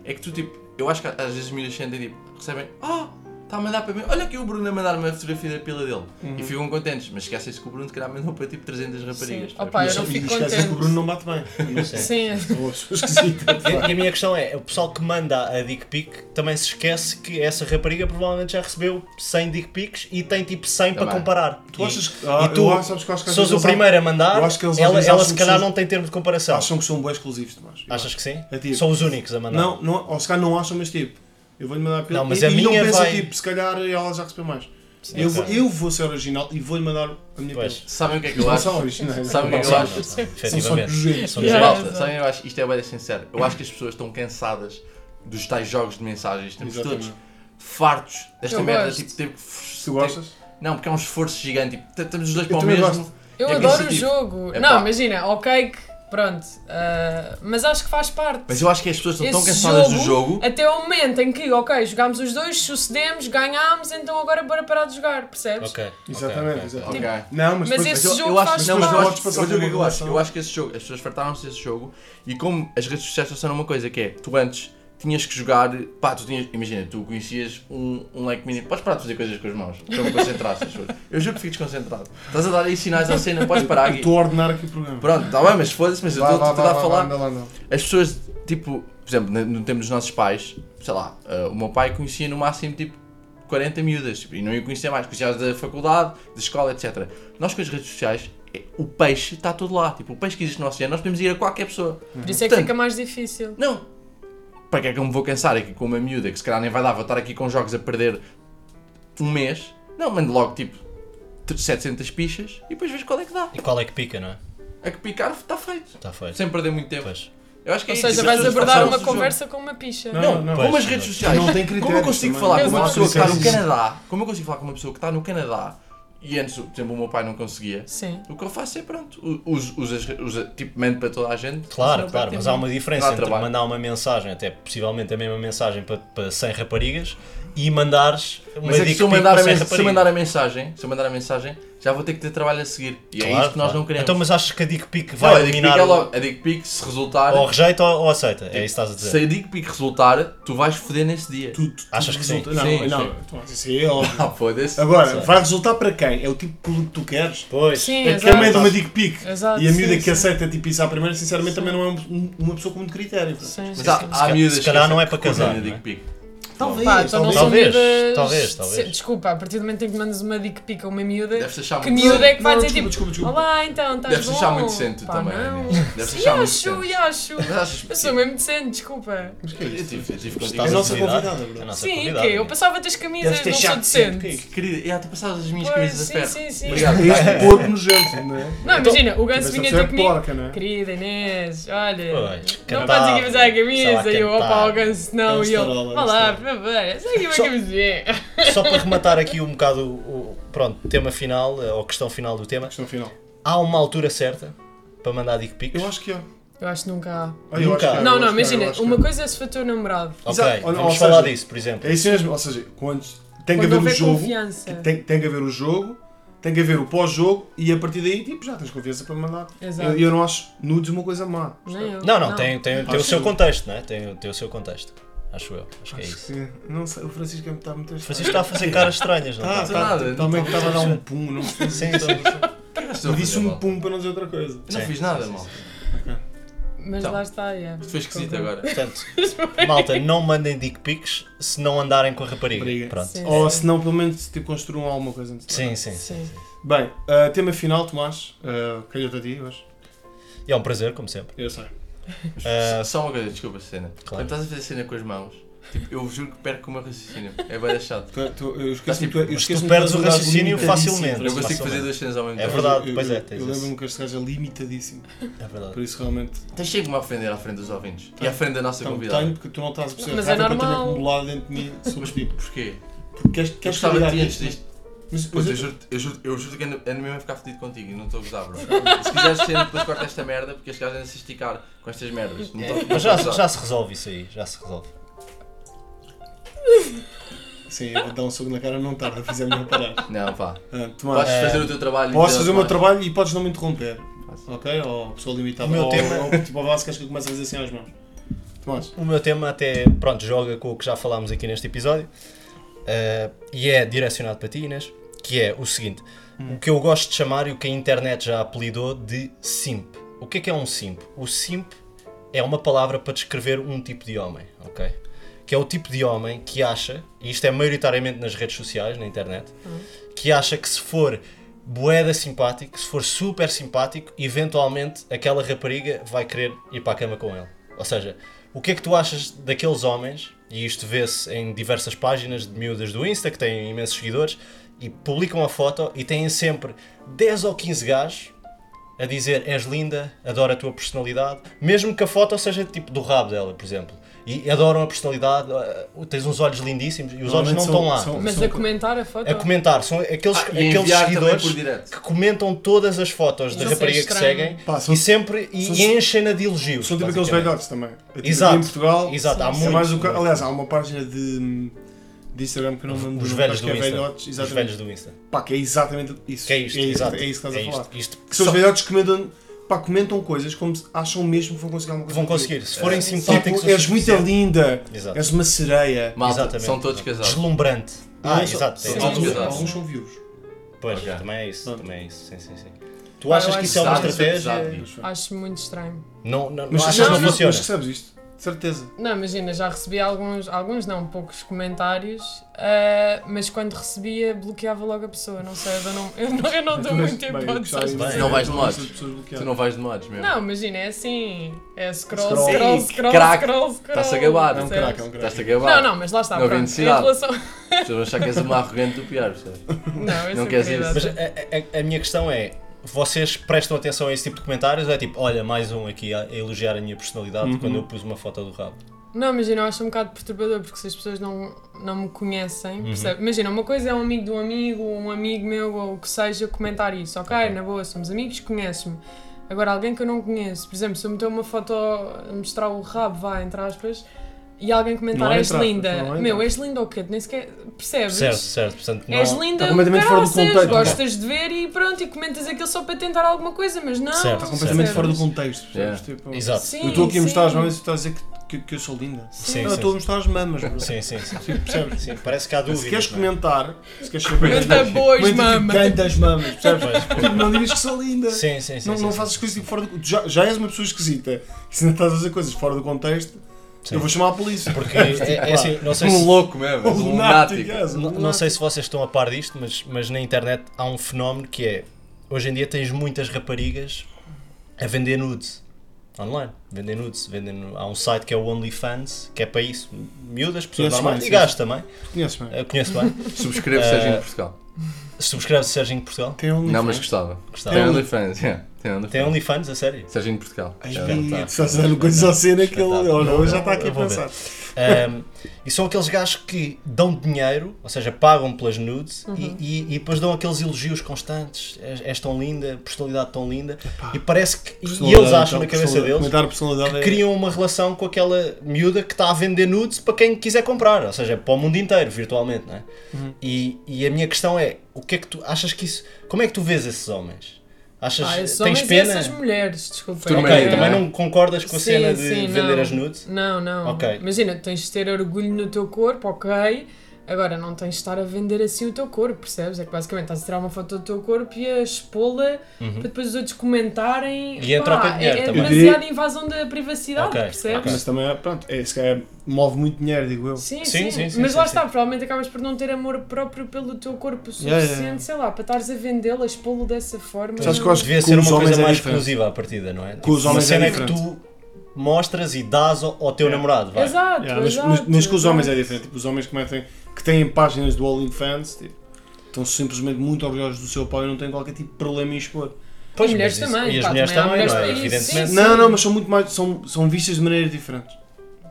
Speaker 5: é que tu tipo, eu acho que às vezes as miúdas sentem tipo, recebem, ah, está a mandar para mim, olha aqui o Bruno a mandar-me a fotografia da pila dele. E ficam contentes, mas esquecem-se que o Bruno que calhar mandou para tipo 300 raparigas. tá
Speaker 4: Sim.
Speaker 5: percebes?
Speaker 4: Opa, eu
Speaker 3: Mas-
Speaker 4: não
Speaker 3: e
Speaker 4: fico
Speaker 3: esquece que o
Speaker 4: contente.
Speaker 3: Bruno não bate bem.
Speaker 4: Sim,
Speaker 3: É uma pessoa esquisita.
Speaker 2: E e a minha questão é, o pessoal que manda a dick pic também se esquece que essa rapariga provavelmente já recebeu 100 dick pics e tem tipo 100
Speaker 5: Tá
Speaker 2: para
Speaker 5: bem.
Speaker 2: comparar.
Speaker 3: Tu
Speaker 2: E-
Speaker 3: achas que-
Speaker 2: E,
Speaker 3: ah,
Speaker 2: tu,
Speaker 3: eu acho- sabes que eu acho que às
Speaker 2: se és o
Speaker 3: vezes eles-
Speaker 2: primeiro a mandar,
Speaker 3: eu acho que eles às
Speaker 2: ela,
Speaker 3: vezes
Speaker 2: ela
Speaker 3: acham
Speaker 2: se
Speaker 3: que
Speaker 2: calhar
Speaker 3: são-
Speaker 2: não tem termo de comparação.
Speaker 3: Acham que são bem exclusivos, Tomás.
Speaker 2: Achas que sim?
Speaker 3: É tipo-
Speaker 2: Ah, São os únicos a mandar.
Speaker 3: Não, não, ou se calhar não acham, mas tipo, eu vou-lhe mandar a pila
Speaker 2: Não, mas
Speaker 3: e,
Speaker 2: a
Speaker 3: e não
Speaker 2: minha
Speaker 3: pensa
Speaker 2: vai-
Speaker 3: tipo, se calhar ela já recebeu mais. eu, vou,
Speaker 2: ok.
Speaker 3: eu vou ser original e vou-lhe mandar a minha pila.
Speaker 2: Pois,
Speaker 5: Sabem o que é que
Speaker 3: Eles
Speaker 5: eu
Speaker 3: não
Speaker 5: acho?
Speaker 3: são originais.
Speaker 5: Sabem o que é que eu acho?
Speaker 3: São só
Speaker 2: efetivamente.
Speaker 3: nojentos.
Speaker 2: São
Speaker 4: Yeah.
Speaker 2: nojentos.
Speaker 5: Malta, sabem, eu acho, isto é bem sincero. Eu acho que as pessoas estão cansadas dos tais jogos de mensagens. Estamos
Speaker 3: Exatamente.
Speaker 5: todos fartos desta
Speaker 4: Eu
Speaker 5: merda.
Speaker 4: gosto.
Speaker 5: Tipo, teve que-
Speaker 3: Tu gostas?
Speaker 5: Não, porque é um esforço gigante. Tipo, t- estamos os dois para
Speaker 3: Eu
Speaker 5: o
Speaker 3: também
Speaker 5: mesmo.
Speaker 3: gosto.
Speaker 4: Eu
Speaker 5: É
Speaker 4: adoro o
Speaker 5: cansativo.
Speaker 4: jogo.
Speaker 5: É
Speaker 4: não,
Speaker 5: pá.
Speaker 4: imagina, ok que pronto. ah, mas acho que faz parte.
Speaker 5: Mas eu acho que as pessoas estão tão
Speaker 4: Esse é
Speaker 5: cansadas do jogo.
Speaker 4: Até ao momento em que, ok, jogámos os dois, sucedemos, ganhámos, então agora bora parar de jogar, percebes?
Speaker 2: Ok.
Speaker 3: Exatamente,
Speaker 2: ok, ok.
Speaker 3: exatamente.
Speaker 5: Ok.
Speaker 4: tipo
Speaker 3: Não, mas,
Speaker 4: Mas
Speaker 3: depois-
Speaker 5: Mas
Speaker 4: esse
Speaker 5: eu,
Speaker 4: jogo
Speaker 5: eu acho,
Speaker 4: faz
Speaker 5: não, mas eu
Speaker 4: parte.
Speaker 5: acho,
Speaker 3: Podes passar
Speaker 5: eu digo o que
Speaker 3: por
Speaker 5: eu
Speaker 3: uma
Speaker 5: acho, eu
Speaker 3: relação.
Speaker 5: acho que esse jogo, as pessoas fartaram-se desse jogo e como as redes sociais trouxeram uma coisa que é, tu antes tinhas que jogar, pá, tu tinhas, imagina, tu conhecias um, um leque mínimo, podes parar de fazer coisas com as mãos, para me concentrar, se for. eu juro que fico desconcentrado, estás a dar aí sinais à cena, podes parar
Speaker 3: Eu
Speaker 5: aqui.
Speaker 3: estou a ordenar aqui o programa.
Speaker 5: Pronto, está bem, mas foda-se, mas eu
Speaker 3: Vá,
Speaker 5: estou
Speaker 3: vá,
Speaker 5: estou a
Speaker 3: vá, vá,
Speaker 5: falar.
Speaker 3: anda lá, anda lá.
Speaker 5: As pessoas, tipo, por exemplo, no- no tempo dos nossos pais, sei lá, eh, o meu pai conhecia no máximo tipo 40 miúdas tipo, e não ia conhecer mais, conhecia as da faculdade, da escola, etc. Nós com as redes sociais, eh, o peixe está todo lá, tipo, o peixe que existe no oceano, nós podemos ir a qualquer pessoa.
Speaker 4: Por isso é que
Speaker 5: Portanto-
Speaker 4: fica mais difícil.
Speaker 5: Não! Para que é que eu me vou cansar aqui com uma miúda que se calhar nem vai dar, vou estar aqui com jogos a perder um mês? Não, mando logo tipo 700 pichas e depois vês qual é que dá.
Speaker 2: E qual é que pica, não é?
Speaker 5: A que picar está feito.
Speaker 2: Está feito.
Speaker 5: Sem perder muito tempo.
Speaker 2: Pois.
Speaker 5: Eu acho que
Speaker 4: Ou
Speaker 5: é isso,
Speaker 4: seja,
Speaker 5: as
Speaker 4: vais
Speaker 5: pessoas
Speaker 4: abordar
Speaker 5: passaram-se
Speaker 4: uma
Speaker 5: do jogo.
Speaker 4: conversa com uma picha.
Speaker 3: Não,
Speaker 5: Não, é?
Speaker 3: não.
Speaker 5: como
Speaker 2: Pois,
Speaker 5: as redes
Speaker 2: pois.
Speaker 5: sociais.
Speaker 3: Não tem
Speaker 5: Como eu
Speaker 3: critérios
Speaker 5: consigo
Speaker 3: também.
Speaker 5: falar com
Speaker 4: Exato.
Speaker 5: uma pessoa que está no
Speaker 3: Critérios.
Speaker 5: Canadá? Como eu consigo falar com uma pessoa que está no Canadá E antes, por exemplo, o meu pai não conseguia.
Speaker 4: Sim.
Speaker 5: O que eu faço é pronto, u- uso, uso, as re- uso- tipo, mando para toda a gente.
Speaker 2: Claro,
Speaker 4: Sim,
Speaker 2: claro, mas há uma diferença
Speaker 5: Dá
Speaker 2: entre
Speaker 5: trabalho.
Speaker 2: mandar uma mensagem, até possivelmente a mesma mensagem para, para 100 raparigas, e mandares tipo uma
Speaker 5: Mas é que
Speaker 2: dick
Speaker 5: se eu,
Speaker 2: pic
Speaker 5: mandar
Speaker 2: para
Speaker 5: a
Speaker 2: 100
Speaker 5: men- se eu mandar
Speaker 2: raparigas.
Speaker 5: a mensagem, se eu mandar a mensagem, já vou ter que ter trabalho a seguir. E é
Speaker 2: Claro,
Speaker 5: isso que nós
Speaker 2: claro.
Speaker 5: não queremos.
Speaker 2: Então, mas achas que a dick pic
Speaker 5: Não,
Speaker 2: vai
Speaker 5: a dick pic
Speaker 2: eliminar
Speaker 5: é
Speaker 2: o-
Speaker 5: logo- a dick pic, se resultar,
Speaker 2: ou rejeita ou, ou aceita? É isso que estás a
Speaker 5: se
Speaker 2: dizer.
Speaker 5: a dick pic resultar, tu vais foder nesse dia.
Speaker 3: Tu, tu- tu
Speaker 2: Achas que sim?
Speaker 3: resulta- Não,
Speaker 5: Sim,
Speaker 3: não.
Speaker 5: sim.
Speaker 3: Então, isso aí é óbvio.
Speaker 5: Ah, foda-se.
Speaker 3: Agora, vai resultar para quem? É o tipo que tu queres?
Speaker 2: Pois.
Speaker 4: Sim,
Speaker 3: É que a
Speaker 4: exato.
Speaker 3: meio de uma dick pic
Speaker 4: Exato,
Speaker 3: e a miúda
Speaker 4: sim,
Speaker 3: que
Speaker 4: sim.
Speaker 3: aceita tipo isso à primeira, sinceramente, também não é um- uma pessoa com muito critério.
Speaker 4: Sim,
Speaker 5: Mas
Speaker 4: sim,
Speaker 5: há,
Speaker 4: sim.
Speaker 5: há
Speaker 2: ca-
Speaker 5: miúdas
Speaker 2: se
Speaker 5: que
Speaker 2: calhar não é
Speaker 5: que
Speaker 2: para casar,
Speaker 5: curtem a
Speaker 2: não é?
Speaker 5: dick pic.
Speaker 3: Talvez,
Speaker 4: Pá, então não
Speaker 3: talvez.
Speaker 4: são
Speaker 2: Talvez,
Speaker 4: miúdas.
Speaker 2: talvez,
Speaker 4: se-
Speaker 2: talvez.
Speaker 4: Desculpa, a partir do momento em que mandas uma dick pic a uma miúda,
Speaker 5: Deves achar
Speaker 4: que
Speaker 5: muito-
Speaker 4: miúda é que vai
Speaker 3: Não,
Speaker 4: dizer tipo,
Speaker 3: desculpa, desculpa, desculpa.
Speaker 4: olá então, estás
Speaker 5: Deves
Speaker 4: bom?
Speaker 5: achar muito decente tu
Speaker 4: Pá,
Speaker 5: também.
Speaker 4: não.
Speaker 5: Inês. Deves achar muito
Speaker 4: Yacho,
Speaker 5: decente.
Speaker 4: yacho.
Speaker 5: Mas achas que
Speaker 4: Eu sou
Speaker 5: sim?
Speaker 4: mesmo decente, desculpa.
Speaker 3: Mas que é
Speaker 5: Eu
Speaker 3: isso?
Speaker 5: tive, eu tive
Speaker 2: Estás
Speaker 5: contigo.
Speaker 3: nossa
Speaker 2: a convidar?
Speaker 3: convidada, bro.
Speaker 2: A nossa
Speaker 4: Sim, o
Speaker 2: convidada. é?
Speaker 4: quê? Eu passava-te as
Speaker 3: é
Speaker 4: camisas, não sou
Speaker 3: tipo,
Speaker 4: decente.
Speaker 5: Querida, já te passaste as minhas
Speaker 4: Pois,
Speaker 5: camisas a
Speaker 4: sim,
Speaker 5: ferro.
Speaker 4: sim, sim.
Speaker 5: Obrigado.
Speaker 3: Este porco nojento, não é?
Speaker 4: Não, imagina, o Ganso
Speaker 3: Mas
Speaker 4: vinha
Speaker 3: essa pessoa
Speaker 4: ter
Speaker 3: é
Speaker 4: comigo.
Speaker 3: porca, não é?
Speaker 4: Querida Inês,
Speaker 2: Pois,
Speaker 4: olha, não
Speaker 2: cantava,
Speaker 4: podes aqui passar a
Speaker 2: estava
Speaker 4: camisa.
Speaker 2: a
Speaker 4: E eu, opa,
Speaker 2: cantar.
Speaker 4: o Ganso não. E ele,
Speaker 3: Cantarola,
Speaker 4: vá
Speaker 3: cantarola.
Speaker 4: lá, por favor, sai aqui uma
Speaker 2: Só-
Speaker 4: camisinha.
Speaker 2: Só para rematar aqui um bocado o, o- pronto, tema final, eh, ou questão final do tema,
Speaker 3: Questão final.
Speaker 2: há uma altura certa para mandar dick pics?
Speaker 3: Eu acho que é.
Speaker 4: Eu acho que nunca há.
Speaker 3: Ah, eu
Speaker 2: Nunca.
Speaker 3: acho que é, eu
Speaker 4: Não, não,
Speaker 3: acho que é, eu
Speaker 4: imagina,
Speaker 3: acho que
Speaker 4: uma
Speaker 3: é.
Speaker 4: coisa é se for teu namorado.
Speaker 2: Ok,
Speaker 3: Exato. Ou-
Speaker 2: vamos
Speaker 3: ou
Speaker 2: falar
Speaker 3: seja,
Speaker 2: disso, por exemplo.
Speaker 3: É isso mesmo, ou seja, quando, tem que
Speaker 4: Quando
Speaker 3: haver um
Speaker 4: houver
Speaker 3: jogo,
Speaker 4: confiança.
Speaker 3: tem, tem que haver o jogo, tem que haver o pós-jogo e a partir daí tipo, já tens confiança para mandar.
Speaker 4: Exato.
Speaker 3: Eu, eu não acho nudes uma coisa má.
Speaker 4: Nem eu.
Speaker 2: Não, não, tem, tem, tem o
Speaker 3: Acho
Speaker 2: seu
Speaker 3: que-
Speaker 2: contexto, não é? Tem, tem o seu contexto. Acho eu. Acho que é
Speaker 3: Acho
Speaker 2: isso.
Speaker 3: que- não sei, o Francisco está muito
Speaker 2: O Francisco está a fazer caras estranhas, não
Speaker 3: Tá,
Speaker 2: está?
Speaker 5: sei
Speaker 3: tá,
Speaker 5: nada,
Speaker 3: também
Speaker 5: não
Speaker 3: estava a dar
Speaker 5: sei.
Speaker 3: um pum, não sei.
Speaker 2: Sim,
Speaker 5: Estou a
Speaker 3: Eu disse
Speaker 5: fazer
Speaker 3: um
Speaker 5: mal.
Speaker 3: pum para não dizer outra coisa.
Speaker 5: Eu Não
Speaker 2: Sim,
Speaker 5: fiz nada,
Speaker 2: sim,
Speaker 5: mal.
Speaker 4: Mas
Speaker 5: Então.
Speaker 4: lá está, é.
Speaker 5: Isto foi esquisito agora.
Speaker 2: Portanto, malta, não mandem dick pics se não andarem com a rapariga.
Speaker 3: Rapariga.
Speaker 2: Pronto.
Speaker 4: Sim.
Speaker 3: Ou se não, pelo menos tipo, construam alguma coisa antes.
Speaker 2: Sim, sim, sim.
Speaker 4: Sim.
Speaker 3: Bem, ah, tema final, Tomás. Uh, Calhou-te a ti hoje.
Speaker 2: E é um prazer, como sempre.
Speaker 3: Eu sei.
Speaker 2: Ah,
Speaker 5: Só uma coisa, desculpa, cena. Quando
Speaker 2: Claro.
Speaker 5: estás a fazer cena com as mãos, tipo, eu juro que perco o meu raciocínio. É bem chato.
Speaker 3: Tu- tu- eu
Speaker 5: Mas,
Speaker 3: esqueço-me
Speaker 5: tipo,
Speaker 3: que- eu
Speaker 2: mas
Speaker 3: esqueço-me
Speaker 2: tu
Speaker 3: que
Speaker 2: perdes
Speaker 3: tu
Speaker 2: o
Speaker 3: és
Speaker 2: raciocínio
Speaker 3: limitadíssimo.
Speaker 2: facilmente.
Speaker 5: Eu consigo fazer
Speaker 2: facilmente.
Speaker 5: duas cenas ao mesmo
Speaker 2: É
Speaker 5: tempo.
Speaker 2: verdade.
Speaker 3: Eu- eu-
Speaker 2: pois é,
Speaker 3: Eu,
Speaker 2: tens isso.
Speaker 3: lembro-me que este gajo é limitadíssimo.
Speaker 2: É verdade.
Speaker 3: Por isso, realmente,
Speaker 5: Então chego-me a ofender à frente dos ouvintes e à frente da
Speaker 2: é
Speaker 5: nossa
Speaker 3: então,
Speaker 5: convidada.
Speaker 3: tenho, porque tu não estás a perceber
Speaker 4: Mas
Speaker 3: a
Speaker 4: é
Speaker 3: raiva que eu tenho
Speaker 4: normal.
Speaker 3: acumulado dentro de mim sobre ti.
Speaker 5: Porquê?
Speaker 3: Porque queres,
Speaker 5: Eu
Speaker 3: queres
Speaker 5: gostava de ti
Speaker 3: cuidar
Speaker 5: antes disto.
Speaker 3: Mas,
Speaker 5: Pois,
Speaker 3: mas
Speaker 5: eu juro, eu juro, eu juro que é ando, ando mesmo a ficar fodido contigo e não estou a gozar, bro. Se quiseres ser, depois corta esta merda, porque este gajo anda a se esticar com estas merdas. Não estou- não
Speaker 2: Mas
Speaker 5: estou a
Speaker 2: já,
Speaker 5: gozar.
Speaker 2: já se resolve isso aí, já se resolve.
Speaker 3: Sim, eu vou dar um soco na cara, não tarda, fizemos não parar.
Speaker 5: Não, vá.
Speaker 3: Ah, Tomás,
Speaker 5: Podes fazer o teu trabalho.
Speaker 3: posso fazer o meu
Speaker 5: então,
Speaker 3: trabalho e podes não me interromper.
Speaker 5: Faço.
Speaker 3: Ok? Ou pessoa limitada.
Speaker 2: O meu
Speaker 3: ou,
Speaker 2: tema-
Speaker 3: ou, tipo, a base que acho que eu começo a fazer assim às mãos. Tomás.
Speaker 2: O meu tema até, pronto, joga com o que já falámos aqui neste episódio eh, e é direcionado para ti, Inês, que é o seguinte, o que eu gosto de chamar e o que a internet já apelidou de simp. O que é que é um simp? O simp é uma palavra para descrever um tipo de homem, ok? Que é o tipo de homem que acha, e isto é maioritariamente nas redes sociais, na internet, que acha que se for boeda simpático, se for super simpático, eventualmente aquela rapariga vai querer ir para a cama com ele. Ou seja, o que é que tu achas daqueles homens, e isto vê-se em diversas páginas de miúdas do Insta que têm imensos seguidores, e publicam a foto e têm sempre 10 ou 15 gajos a dizer és linda, adoro a tua personalidade, mesmo que a foto seja tipo do rabo dela, por exemplo. E adoram a personalidade, ah, tens uns olhos lindíssimos e os olhos não
Speaker 3: Normalmente
Speaker 2: estão lá.
Speaker 3: são- são-
Speaker 4: Mas
Speaker 3: são-
Speaker 4: a comentar a foto.
Speaker 2: A comentar, são aqueles,
Speaker 5: Ah, e
Speaker 2: aqueles
Speaker 5: enviar também
Speaker 2: seguidores
Speaker 5: por direto.
Speaker 2: que comentam todas as fotos da
Speaker 4: Isso é
Speaker 2: rapariga que
Speaker 4: estranho.
Speaker 2: seguem
Speaker 3: Pá, são-
Speaker 2: e sempre e,
Speaker 3: são-
Speaker 2: e enchem-na de elogios.
Speaker 3: São tipo aqueles
Speaker 2: basicamente.
Speaker 3: velhotes também. É tipo
Speaker 2: Exato.
Speaker 3: Em Portugal.
Speaker 2: Exato, há
Speaker 3: é
Speaker 2: muitos.
Speaker 3: mais o ca- Aliás, há uma página de, de Instagram que eu não me lembro
Speaker 2: Os
Speaker 3: do nome,
Speaker 2: velhos
Speaker 3: acho
Speaker 2: do
Speaker 3: que é
Speaker 2: Insta.
Speaker 3: velhotes,
Speaker 2: Os
Speaker 3: exatamente.
Speaker 2: velhos do Insta.
Speaker 3: Pá, que é exatamente isso.
Speaker 2: Que é isto,
Speaker 3: é, isso
Speaker 2: exato.
Speaker 3: é isso que estás
Speaker 2: é
Speaker 3: a falar.
Speaker 2: isto, isto.
Speaker 3: Que são
Speaker 2: Só-
Speaker 3: os velhotes que mandam, pá, comentam coisas como se acham mesmo que vão conseguir alguma
Speaker 2: que
Speaker 3: coisa.
Speaker 2: vão conseguir. Se forem simpáticos.
Speaker 3: Tipo, és muito linda,
Speaker 2: Exato.
Speaker 3: és uma sereia.
Speaker 5: Malta,
Speaker 2: Exatamente.
Speaker 5: são todos casados.
Speaker 2: Deslumbrante. Ah,
Speaker 3: Não, só-
Speaker 2: exato.
Speaker 3: é só-
Speaker 2: tem-
Speaker 5: todos
Speaker 2: tem-
Speaker 3: alguns-
Speaker 5: casados.
Speaker 3: Alguns são viúvos.
Speaker 2: Pois,
Speaker 5: Ok.
Speaker 2: também é isso.
Speaker 3: Pronto.
Speaker 2: Também é isso. Sim, sim, sim. Tu
Speaker 4: Pá,
Speaker 2: achas
Speaker 4: eu
Speaker 2: que
Speaker 4: acho
Speaker 2: isso é uma
Speaker 4: que-
Speaker 2: estratégia?
Speaker 4: Acho muito estranho.
Speaker 2: Não, não,
Speaker 3: Mas
Speaker 2: não achas
Speaker 3: é sabes
Speaker 2: que não
Speaker 3: isto?
Speaker 2: funciona?
Speaker 3: Mas recebes isto, de certeza.
Speaker 4: Não, imagina, já recebi alguns, alguns não, poucos comentários, ah, mas quando recebia bloqueava logo a pessoa, não sei, eu não, eu não, eu não
Speaker 3: Mas,
Speaker 4: dou é muito
Speaker 3: bem,
Speaker 4: tempo
Speaker 3: eu gostava
Speaker 4: às
Speaker 3: imenso de
Speaker 4: pessoas.
Speaker 5: Bem, Não vais
Speaker 3: ver
Speaker 5: demais.
Speaker 3: todas as pessoas bloqueadas.
Speaker 5: Tu não vais de modos mesmo.
Speaker 4: Não, imagina, é assim, é scroll,
Speaker 3: Scroll.
Speaker 4: scroll,
Speaker 5: Ih,
Speaker 4: scroll,
Speaker 5: craque.
Speaker 4: scroll, scroll.
Speaker 5: Está-se a gabar.
Speaker 3: É um
Speaker 4: percebes?
Speaker 3: craque, é um
Speaker 5: Estás-te a
Speaker 3: craque.
Speaker 5: gabar.
Speaker 4: Não, não, mas lá está,
Speaker 5: Não havia
Speaker 4: pronto, em
Speaker 5: necessidade.
Speaker 4: relação...
Speaker 5: As pessoas vão achar que és uma arrogante do pior, percebes?
Speaker 4: Não, é eu
Speaker 5: Não
Speaker 4: sou
Speaker 5: queres
Speaker 4: querida,
Speaker 5: isso.
Speaker 2: Mas a,
Speaker 4: até.
Speaker 3: é-
Speaker 2: a- a minha questão é: vocês prestam
Speaker 3: Uhum.
Speaker 2: atenção a esse tipo de comentários? Ou é tipo, olha, mais um aqui a a elogiar a minha personalidade quando eu pus uma foto do rabo?
Speaker 4: Não, imagina, eu acho um bocado perturbador porque se as pessoas não, não me conhecem,
Speaker 3: Uhum.
Speaker 4: percebe? Imagina, uma coisa é um amigo de um amigo, ou um amigo meu, ou o que seja, comentar isso. Ok, na boa, somos amigos, conheces-me. Agora, alguém que eu não conheço, por exemplo, se eu meter uma foto a mostrar o rabo, vá, entre aspas, e alguém comentar,
Speaker 3: Não é
Speaker 4: és
Speaker 3: entre aspas,
Speaker 4: linda.
Speaker 3: não é entre
Speaker 4: Meu,
Speaker 3: aspas.
Speaker 4: és linda ou quê? Tu Nem sequer percebes.
Speaker 2: Certo, certo. Portanto, não... tá
Speaker 4: És linda,
Speaker 3: Está completamente fora do
Speaker 4: caraças,
Speaker 3: contexto.
Speaker 4: gostas de ver e pronto, e comentas aquilo só para tentar alguma coisa, mas não. tá
Speaker 2: Certo, tá
Speaker 3: Está
Speaker 2: Está
Speaker 3: completamente
Speaker 4: percebes?
Speaker 3: fora do contexto, percebes?
Speaker 5: Yeah.
Speaker 3: Tipo,
Speaker 2: Exato.
Speaker 4: Sim,
Speaker 3: eu estou aqui a mostrar as
Speaker 4: sim.
Speaker 3: mamas e tu estás a dizer que, que, que eu sou linda.
Speaker 2: Sim,
Speaker 3: não, eu
Speaker 2: sim.
Speaker 3: estou a mostrar as mamas, bro.
Speaker 2: Sim, sim, sim.
Speaker 3: Tipo, percebes?
Speaker 2: Sim, Parece que há dúvidas.
Speaker 3: Se queres
Speaker 2: não é?
Speaker 3: comentar, se queres saber.
Speaker 4: Comenta
Speaker 3: comenta,
Speaker 4: boas
Speaker 3: tipo,
Speaker 4: mamas.
Speaker 3: tantas mamas, percebes? Tipo, não digas que sou linda.
Speaker 2: Sim, sim, sim.
Speaker 3: não
Speaker 2: sim,
Speaker 3: não
Speaker 2: sim.
Speaker 3: faças coisas tipo fora do. tu Já, já és uma pessoa esquisita. E se ainda estás a fazer coisas fora do contexto,
Speaker 2: Sim.
Speaker 3: eu vou chamar a polícia.
Speaker 2: Porque é, é assim, não sei
Speaker 5: Um
Speaker 2: se.
Speaker 5: louco mesmo, és um lunático.
Speaker 3: és, um
Speaker 2: Não, não
Speaker 3: lunático.
Speaker 2: sei se vocês estão a par disto, mas, mas na internet há um fenómeno que é hoje em dia tens muitas raparigas a vender nudes online, vender nudes, vender nu- há um site que é o OnlyFans, que é para isso, miúdas, pessoas
Speaker 3: Conheço
Speaker 2: normais
Speaker 3: bem,
Speaker 2: e
Speaker 3: sim.
Speaker 2: gajos também,
Speaker 3: Conheces, mano?
Speaker 2: eu conheço bem.
Speaker 5: Subscreve
Speaker 3: É.
Speaker 2: Eh,
Speaker 5: Sérgio em Portugal.
Speaker 2: Subscreve Serginho Portugal,
Speaker 3: Tem um um
Speaker 5: Não, mas gostava.
Speaker 2: Gostava.
Speaker 5: Tem um OnlyFans, yeah, é. tem um
Speaker 2: tem
Speaker 5: OnLifans.
Speaker 2: OnlyFans, a sério.
Speaker 5: Sérgio em Portugal.
Speaker 3: Ai,
Speaker 5: Yeah.
Speaker 2: Espera, tá.
Speaker 3: tu estás dando coisas à cena que ele.
Speaker 2: Espera, tá.
Speaker 3: assim Olha,
Speaker 2: Não,
Speaker 3: eu já
Speaker 2: não,
Speaker 3: está aqui
Speaker 2: eu
Speaker 3: a
Speaker 2: vou
Speaker 3: pensar.
Speaker 2: Um, e são aqueles gajos que dão dinheiro, ou seja, pagam pelas nudes e, e- e depois dão aqueles elogios constantes. És, és tão linda, personalidade tão linda. E parece que. E eles acham na cabeça deles
Speaker 3: Comentar a então, personalidade
Speaker 2: que
Speaker 3: é-
Speaker 2: criam uma relação com aquela miúda que está a vender nudes para quem quiser comprar, ou seja, é para o mundo inteiro, virtualmente, não é?
Speaker 4: Uhum.
Speaker 2: E, e a minha questão é: o que é que tu achas que isso. Como é que tu vês esses homens? Achas
Speaker 4: Ah, esses
Speaker 2: tens
Speaker 4: homens e
Speaker 2: pena?
Speaker 4: essas mulheres, desculpa.
Speaker 5: Tu
Speaker 2: Ok,
Speaker 5: Também,
Speaker 2: também
Speaker 5: não é?
Speaker 2: não concordas com a
Speaker 4: Sim,
Speaker 2: cena de
Speaker 4: sim,
Speaker 2: vender
Speaker 4: não.
Speaker 2: as nudes?
Speaker 4: Não, não.
Speaker 2: Ok.
Speaker 4: Imagina, tens de ter orgulho no teu corpo, ok. Agora, não tens de estar a vender assim o teu corpo, percebes? É que basicamente estás a tirar uma foto do teu corpo e a expô-la para depois os outros comentarem.
Speaker 2: Uhum. E em troca de dinheiro
Speaker 4: é, é
Speaker 2: também.
Speaker 4: demasiada invasão da privacidade,
Speaker 2: Ok,
Speaker 4: percebes?
Speaker 3: Mas também, é- pronto, é, se calhar move muito dinheiro, digo eu.
Speaker 2: Sim,
Speaker 4: Sim, sim,
Speaker 2: sim, sim,
Speaker 4: Mas
Speaker 2: sim,
Speaker 4: lá
Speaker 2: sim.
Speaker 4: está, provavelmente acabas por não ter amor próprio pelo teu corpo o
Speaker 3: Yeah,
Speaker 4: suficiente,
Speaker 3: yeah, yeah.
Speaker 4: sei lá, para estares a vendê-lo, a expô-lo dessa forma.
Speaker 3: Sabes que eu acho que
Speaker 2: Devia
Speaker 3: com
Speaker 2: ser
Speaker 3: os
Speaker 2: uma coisa
Speaker 3: homens é
Speaker 2: mais
Speaker 3: diferente.
Speaker 2: exclusiva à partida, não é?
Speaker 3: Com os
Speaker 2: uma
Speaker 3: homens é
Speaker 2: cena que
Speaker 3: diferente.
Speaker 2: tu mostras e dás ao, ao teu namorado, vai.
Speaker 4: É. Exato,
Speaker 3: Yeah, mas,
Speaker 4: exato,
Speaker 3: mas, mas com os
Speaker 4: exato.
Speaker 3: homens é diferente. Tipo, os homens que, metem, que têm páginas do OnlyFans tipo, estão simplesmente muito orgulhosos do seu pau e não têm qualquer tipo de problema em expor.
Speaker 2: Pois,
Speaker 4: E mulheres
Speaker 2: mas isso-
Speaker 4: também,
Speaker 2: E as
Speaker 4: pá,
Speaker 2: mulheres
Speaker 4: também há
Speaker 2: também, não é?
Speaker 4: mulheres para isso,
Speaker 2: Evidentemente.
Speaker 4: sim.
Speaker 3: Não, não, mas são muito mais. são, são vistas de maneira diferente.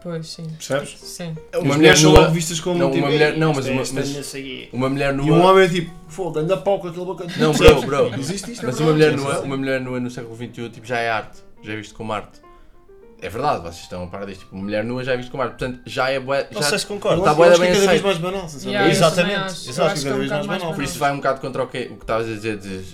Speaker 4: Pois, sim.
Speaker 3: Percebes?
Speaker 4: Sim.
Speaker 3: As
Speaker 5: Uma mulher
Speaker 3: mulheres são
Speaker 5: nua.
Speaker 3: logo vistas como.
Speaker 5: Não,
Speaker 3: tipo,
Speaker 5: uma mulher.
Speaker 3: "Ei,
Speaker 5: Não,
Speaker 3: esta
Speaker 5: mas
Speaker 3: é-
Speaker 5: uma-
Speaker 3: esta é
Speaker 5: mas
Speaker 3: nessa aqui."
Speaker 5: uma mulher
Speaker 3: E um
Speaker 5: nua.
Speaker 3: homem é tipo, foda, anda pau com aquele boca.
Speaker 5: Não, bro,
Speaker 3: percebes?
Speaker 5: bro.
Speaker 3: Existe isto, é
Speaker 5: Mas uma mulher,
Speaker 3: verdade.
Speaker 5: nua, uma mulher nua no século XXI tipo, já é arte, já é visto como arte. É verdade, vocês estão a parar disto. Tipo, mulher nua já é visto como arte. Portanto, já é bué.
Speaker 2: Não
Speaker 5: já-
Speaker 2: sei se
Speaker 3: Eu
Speaker 2: concordo.
Speaker 5: Tá
Speaker 3: acho-
Speaker 5: bué
Speaker 3: eu
Speaker 5: da
Speaker 3: acho que é
Speaker 5: bem
Speaker 3: cada vez
Speaker 5: aceito.
Speaker 3: mais banal, sinceramente.
Speaker 4: Yeah, eu
Speaker 2: Exatamente,
Speaker 4: também acho. Eu
Speaker 2: exato,
Speaker 4: acho que é
Speaker 3: cada
Speaker 4: um
Speaker 3: vez mais
Speaker 4: bocado mais
Speaker 3: banal.
Speaker 5: Por isso
Speaker 4: banal.
Speaker 5: vai um bocado contra o que, o que estavas a dizer de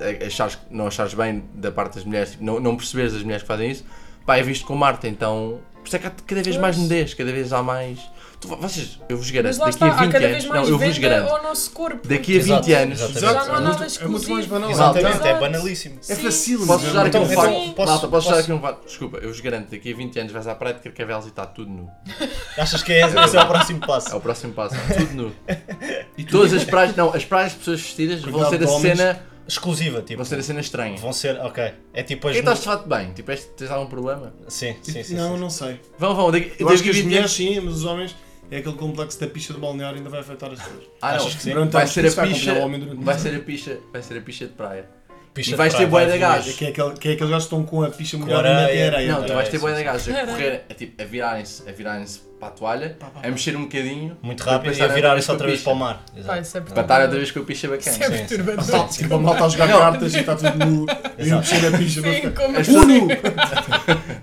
Speaker 5: eh, achares, que- não achares bem da parte das mulheres, tipo, não, não perceberes as mulheres que fazem isso. Pá, é visto como arte, então. Por isso é que há cada vez mais
Speaker 4: Pois.
Speaker 5: nudez, cada vez há mais. Tu- vocês, eu vos
Speaker 4: Mas
Speaker 5: garanto,
Speaker 4: lá
Speaker 5: daqui
Speaker 4: está,
Speaker 5: a
Speaker 4: há
Speaker 5: 20
Speaker 4: cada vez
Speaker 5: anos. Não,
Speaker 4: mais
Speaker 5: eu vos
Speaker 4: venda
Speaker 5: garanto.
Speaker 4: ao nosso corpo.
Speaker 5: Daqui a 20
Speaker 2: Exato,
Speaker 5: anos.
Speaker 2: exatamente.
Speaker 4: Já não há
Speaker 3: Exato.
Speaker 4: nada
Speaker 3: É muito mais
Speaker 4: exclusivo.
Speaker 3: banal.
Speaker 2: Exatamente, é
Speaker 4: Exato.
Speaker 2: banalíssimo.
Speaker 3: É
Speaker 4: Sim.
Speaker 3: facílimo.
Speaker 5: Posso
Speaker 3: não
Speaker 5: usar
Speaker 3: é?
Speaker 5: aqui um
Speaker 2: Então,
Speaker 5: fato?
Speaker 2: então,
Speaker 5: Posso,
Speaker 2: posso-
Speaker 5: Malta, posso usar
Speaker 2: posso-
Speaker 5: aqui um fato? Desculpa, eu vos garanto, daqui a 20 anos vais à praia de Carcavelos e está tudo nu.
Speaker 2: Achas que é esse é o próximo
Speaker 5: É o
Speaker 2: passo?
Speaker 5: próximo passo, tudo nu. E todas as praias, não, as praias de pessoas vestidas vão
Speaker 3: Cuidado,
Speaker 5: ser a
Speaker 3: homens.
Speaker 5: cena,
Speaker 2: Exclusiva, tipo.
Speaker 5: vão ser a cena estranha.
Speaker 2: Vão ser, ok. É tipo as.
Speaker 5: Quem estás de fato bem? Tipo, és- tens algum problema?
Speaker 2: Sim, sim, sim.
Speaker 3: Não,
Speaker 2: sim.
Speaker 3: não sei.
Speaker 5: Vão, vão, daqui
Speaker 3: Eu acho que
Speaker 5: daqui a
Speaker 3: as
Speaker 5: 20
Speaker 3: mulheres
Speaker 5: anos.
Speaker 3: sim, mas os homens é aquele complexo da picha do balneário ainda vai afetar as pessoas.
Speaker 5: Ah, não,
Speaker 2: Achas que sim?
Speaker 3: Durante
Speaker 5: vai
Speaker 3: anos,
Speaker 5: ser
Speaker 3: Então, isso
Speaker 5: a
Speaker 3: vai
Speaker 5: picha,
Speaker 3: acontecer ao homem durante
Speaker 5: vai
Speaker 3: uns
Speaker 5: ser a picha, vai ser a picha de praia.
Speaker 2: Picha
Speaker 5: E vais
Speaker 2: de
Speaker 5: ter
Speaker 2: praia, vai
Speaker 5: bué da gajo.
Speaker 3: É que é aquele, que é aqueles gajos que estão com a picha
Speaker 2: a
Speaker 3: molhada e metem
Speaker 2: areia.
Speaker 3: areia.
Speaker 5: Não, tu
Speaker 3: pá.
Speaker 5: vais ter boia da gajo a
Speaker 4: Caralho.
Speaker 5: correr, a, tipo, a virarem-se, a virarem-se para a toalha, a mexer um bocadinho.
Speaker 2: Muito
Speaker 5: para
Speaker 2: rápido
Speaker 5: depois
Speaker 2: e a
Speaker 5: estarem
Speaker 2: virar-se
Speaker 5: outra
Speaker 2: outra vez
Speaker 5: com
Speaker 2: para
Speaker 5: a
Speaker 2: o mar. Exato.
Speaker 4: Pá, isso é
Speaker 5: picha. Para
Speaker 4: verdade.
Speaker 5: estar outra vez com a picha
Speaker 4: Isso é
Speaker 5: bacana.
Speaker 4: perturbador.
Speaker 3: Tá, Tipo, a malta a jogar
Speaker 5: Não.
Speaker 3: cartas e está tudo nu. E eu mexer na picha.
Speaker 4: Sim, como
Speaker 5: As
Speaker 4: assim?
Speaker 5: pessoas-
Speaker 3: Uno!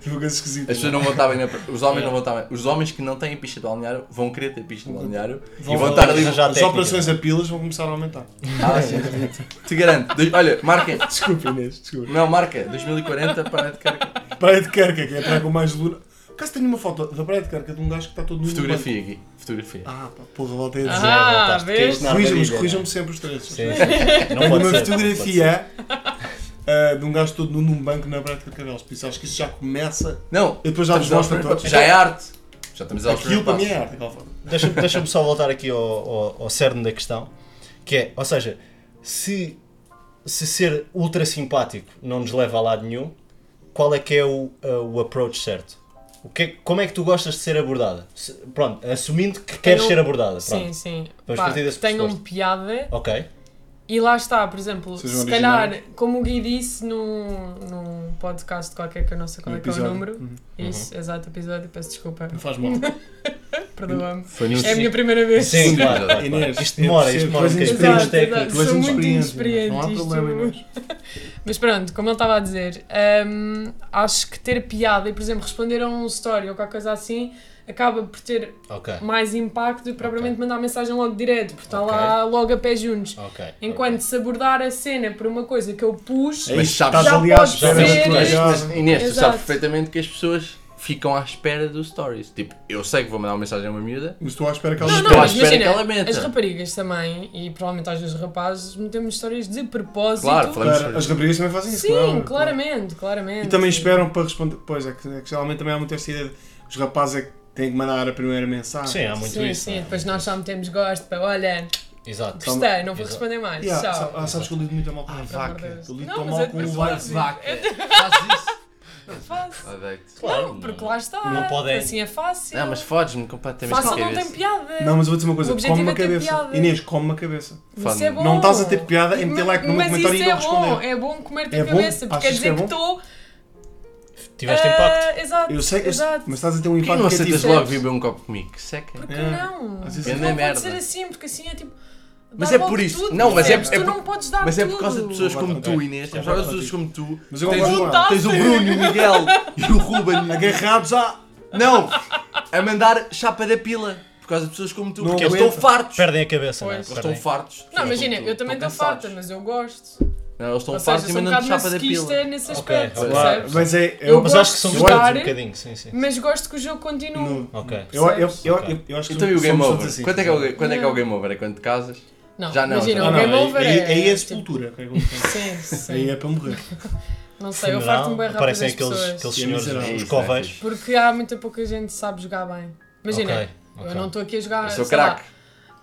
Speaker 3: Tipo, coisa esquisita.
Speaker 5: As pessoas não vão estar bem na pra- Os
Speaker 3: É.
Speaker 5: homens não vão estar bem. Os homens que não têm pista de balneário vão querer ter pista de balneário e vão estar ali.
Speaker 2: arranjar
Speaker 3: As
Speaker 2: técnica.
Speaker 3: operações a pilas vão começar a aumentar.
Speaker 5: Ah,
Speaker 3: É.
Speaker 5: sim. Te garanto. Dois- Olha, marquem.
Speaker 3: Desculpa, Inês, desculpa.
Speaker 5: Não, marca. 2040 para de carga.
Speaker 3: Praia de Carca, que é a praia com mais luna. Caso tenho uma foto da Praia de Carca de um gajo que está todo nu no
Speaker 5: Fotografia aqui. Fotografia.
Speaker 3: banco. Ah, pá, porra, voltei a dizer.
Speaker 4: Ah, vês?
Speaker 2: Não,
Speaker 3: Corrijam-me,
Speaker 2: maravilha.
Speaker 5: né?
Speaker 3: corrijam-me sempre os três.
Speaker 2: Sim, sim. Não
Speaker 3: Tenho
Speaker 2: pode
Speaker 3: uma
Speaker 2: ser.
Speaker 3: fotografia ah, de um gajo todo nu num banco na Praia de Carcavelos. Por isso acho que isso já começa.
Speaker 5: Não.
Speaker 3: Eu depois já
Speaker 5: estamos
Speaker 3: vos mostro
Speaker 5: aos
Speaker 3: a
Speaker 5: primeiros
Speaker 3: todos.
Speaker 5: passos. Já é arte. Já estamos aos
Speaker 3: Aquilo
Speaker 5: primeiros
Speaker 3: para mim
Speaker 5: passos.
Speaker 3: é arte, aquela foto.
Speaker 2: Deixa-me deixa-me só voltar aqui ao, ao, ao cerne da questão, que é, ou seja, se, se ser ultra simpático não nos leva a lado nenhum, qual é que é o, a- o approach certo? O que é- como é que tu gostas de ser abordada? Se- pronto, assumindo que queres
Speaker 4: Tenham-
Speaker 2: ser abordada, pronto.
Speaker 4: Sim, sim.
Speaker 2: Vamos
Speaker 4: Pá,
Speaker 2: partir desse
Speaker 4: tenham
Speaker 2: pressuposto.
Speaker 4: piada
Speaker 2: Ok,
Speaker 4: E lá está, por exemplo,
Speaker 3: Sejam
Speaker 4: se calhar, como o Gui disse num, num podcast qualquer que eu não sei qual
Speaker 3: Um
Speaker 4: é que é o
Speaker 3: episódio.
Speaker 4: número,
Speaker 3: Uhum.
Speaker 4: isso, exato episódio, peço desculpa,
Speaker 3: Não faz mal.
Speaker 4: perdoa-me.
Speaker 5: Foi
Speaker 4: É a minha primeira vez.
Speaker 2: Sim, claro. claro,
Speaker 3: Inês,
Speaker 2: Isto demora, isto
Speaker 3: eu
Speaker 2: demora um
Speaker 3: percebo,
Speaker 2: bocadinho.
Speaker 3: coisa
Speaker 2: Termos
Speaker 4: Exato,
Speaker 2: técnicos.
Speaker 4: exato.
Speaker 3: Tu és
Speaker 4: Sou muito
Speaker 3: inexperiente, é
Speaker 4: inexperiente,
Speaker 3: não há
Speaker 4: isto-
Speaker 3: problema, Inês.
Speaker 4: Mas pronto, como ele estava a dizer, hum, acho que ter piada e, por exemplo, responder a um story ou qualquer coisa assim acaba por ter
Speaker 2: Ok,
Speaker 4: mais impacto do que propriamente mandar mensagem logo direto, porque está
Speaker 2: Ok.
Speaker 4: lá logo a pé juntos.
Speaker 2: ok.
Speaker 4: Enquanto se abordar a cena por uma coisa que eu pus,
Speaker 5: Mas sabes-
Speaker 3: estás
Speaker 4: Já
Speaker 3: ali à
Speaker 4: pode
Speaker 3: espera
Speaker 4: ser.
Speaker 3: da tua
Speaker 4: Mas-
Speaker 5: Mas,
Speaker 3: jogada.
Speaker 5: Inês, tu
Speaker 4: Exato.
Speaker 5: sabes perfeitamente que as pessoas ficam à espera do stories. Tipo, eu sei que vou mandar uma mensagem a uma miúda.
Speaker 3: Mas estou à espera que
Speaker 4: Não,
Speaker 3: ela
Speaker 4: não,
Speaker 5: Estou à
Speaker 4: mas
Speaker 5: espera
Speaker 4: imagina,
Speaker 5: que ela meta.
Speaker 4: as raparigas também, e provavelmente às vezes os rapazes, metemos histórias de propósito.
Speaker 5: Claro, falamos
Speaker 3: Claro, As raparigas também fazem isso,
Speaker 4: Sim,
Speaker 3: claro.
Speaker 4: claramente, claramente.
Speaker 3: é? E também esperam para responder. Pois é, que, é que geralmente também há muito esta ideia de os rapazes é que têm que mandar a primeira mensagem.
Speaker 2: Sim, há muito
Speaker 4: sim,
Speaker 2: isso.
Speaker 4: sim,
Speaker 2: não é?
Speaker 4: depois nós só metemos gosto para, olha,
Speaker 2: Exato.
Speaker 4: gostei, não vou
Speaker 2: Exato.
Speaker 4: responder mais,
Speaker 3: E há- sa-
Speaker 4: tchau.
Speaker 3: ah, sabes que eu lido muito a mal com isso.
Speaker 4: vaca. Deus.
Speaker 3: Eu lido
Speaker 4: Não,
Speaker 3: tão
Speaker 4: mas
Speaker 3: mal
Speaker 4: é-
Speaker 3: com o
Speaker 4: mas
Speaker 3: vaca.
Speaker 4: Sim.
Speaker 5: Vaca. Faz isso.
Speaker 4: Faz.
Speaker 5: Odeio-te.
Speaker 2: Claro,
Speaker 4: Não, porque lá está,
Speaker 2: não podem.
Speaker 4: assim é fácil.
Speaker 5: Não, mas fodes-me completamente
Speaker 4: Fácil
Speaker 5: de
Speaker 4: não tem
Speaker 5: cabeça.
Speaker 4: piada.
Speaker 3: Não, mas eu vou dizer uma
Speaker 4: O
Speaker 3: coisa,
Speaker 4: objetivo
Speaker 3: come-me
Speaker 4: é
Speaker 3: a
Speaker 4: ter
Speaker 3: cabeça.
Speaker 4: piada.
Speaker 3: Inês, come-me a cabeça.
Speaker 4: Isso é
Speaker 5: Fala-me.
Speaker 4: bom.
Speaker 3: Não estás a ter piada em meter like no meu
Speaker 4: Mas
Speaker 3: comentário e
Speaker 4: isso
Speaker 3: não
Speaker 4: é bom,
Speaker 3: responder.
Speaker 4: é bom comer-te
Speaker 3: É
Speaker 4: a
Speaker 3: bom?
Speaker 4: cabeça, porque
Speaker 3: Achas
Speaker 4: quer
Speaker 3: que
Speaker 4: dizer
Speaker 3: é
Speaker 4: que
Speaker 3: bom?
Speaker 4: estou...
Speaker 2: Tiveste
Speaker 4: ah,
Speaker 2: impacto.
Speaker 4: Exato,
Speaker 3: Eu sei, eu-
Speaker 4: exato.
Speaker 3: mas estás a ter um
Speaker 5: Por que
Speaker 3: impacto
Speaker 5: não
Speaker 3: que é
Speaker 5: aceitas
Speaker 3: tipo-
Speaker 5: logo beber um copo comigo? Seca.
Speaker 4: Porque
Speaker 3: É.
Speaker 4: não?
Speaker 3: Às vezes
Speaker 4: não
Speaker 5: é
Speaker 4: pode
Speaker 5: merda.
Speaker 4: ser assim, porque assim é tipo.
Speaker 5: Mas
Speaker 4: dar
Speaker 5: é
Speaker 4: logo
Speaker 5: por isso.
Speaker 4: tudo,
Speaker 5: Não, mas é-
Speaker 4: percebes?
Speaker 5: é
Speaker 4: tu
Speaker 5: por-
Speaker 4: não podes dar
Speaker 5: Mas é por
Speaker 4: tudo.
Speaker 5: causa de pessoas como tu,
Speaker 3: Ok.
Speaker 5: Inês. É
Speaker 3: Eu
Speaker 5: por causa de
Speaker 3: concordo
Speaker 5: pessoas como tu.
Speaker 3: Mas eu
Speaker 5: Tens,
Speaker 3: concordo
Speaker 5: o-
Speaker 3: com ela.
Speaker 5: tens o Bruno, o Miguel e o
Speaker 3: é
Speaker 5: Ruben.
Speaker 3: Agarrados à.
Speaker 5: Não! A mandar chapa da pila. Por causa de pessoas como tu.
Speaker 3: Não
Speaker 5: porque eles
Speaker 3: aguento.
Speaker 5: estão fartos. Eles
Speaker 2: Perdem a cabeça, não é?
Speaker 4: Pois.
Speaker 5: estão
Speaker 2: Perdem.
Speaker 5: fartos.
Speaker 4: Não, imagina, eu também
Speaker 5: Estão
Speaker 4: estou farta,
Speaker 5: cansados.
Speaker 4: mas eu gosto.
Speaker 5: Não, eles estão
Speaker 4: Ou seja,
Speaker 5: fartos
Speaker 4: sou
Speaker 5: e
Speaker 4: um
Speaker 5: mandando
Speaker 4: bocado
Speaker 5: chapa da
Speaker 4: masoquista
Speaker 5: pila.
Speaker 4: nesse
Speaker 2: Ok,
Speaker 4: aspecto,
Speaker 2: ok.
Speaker 3: Claro,
Speaker 4: percebes?
Speaker 3: Mas é.
Speaker 4: Eu
Speaker 3: Eu,
Speaker 2: Mas acho que somos
Speaker 4: Eu acho-
Speaker 2: todos um bocadinho, sim, sim.
Speaker 4: Mas gosto que o jogo continue.
Speaker 3: Não.
Speaker 2: Ok.
Speaker 3: eu, eu, eu,
Speaker 2: Ok.
Speaker 3: eu- eu acho que
Speaker 5: Então e o
Speaker 3: somos
Speaker 5: game
Speaker 3: todos
Speaker 5: over?
Speaker 3: assim.
Speaker 5: Quanto é que é o ga- quando é que é o game over? É quando te casas?
Speaker 4: Não,
Speaker 5: Já não,
Speaker 4: imagina,
Speaker 5: já
Speaker 4: o
Speaker 3: Ah, não,
Speaker 4: game over
Speaker 3: aí,
Speaker 4: é.
Speaker 3: aí é
Speaker 4: tipo,
Speaker 3: sepultura. que é como se chama.
Speaker 4: Sim,
Speaker 3: Aí
Speaker 4: sim.
Speaker 3: é para morrer.
Speaker 4: Não sei, eu farto-me bem rápido das
Speaker 2: Parecem aqueles,
Speaker 4: pessoas.
Speaker 2: aqueles
Speaker 3: Sim, é
Speaker 2: senhores,
Speaker 3: miserável.
Speaker 2: os
Speaker 5: Isso, é
Speaker 2: coveiros.
Speaker 5: fixe.
Speaker 4: Porque há muita pouca gente que sabe jogar bem. Imagina,
Speaker 2: Ok, ok.
Speaker 4: eu não estou aqui a jogar.
Speaker 5: Eu sou
Speaker 4: Ah, sei lá,
Speaker 5: craque.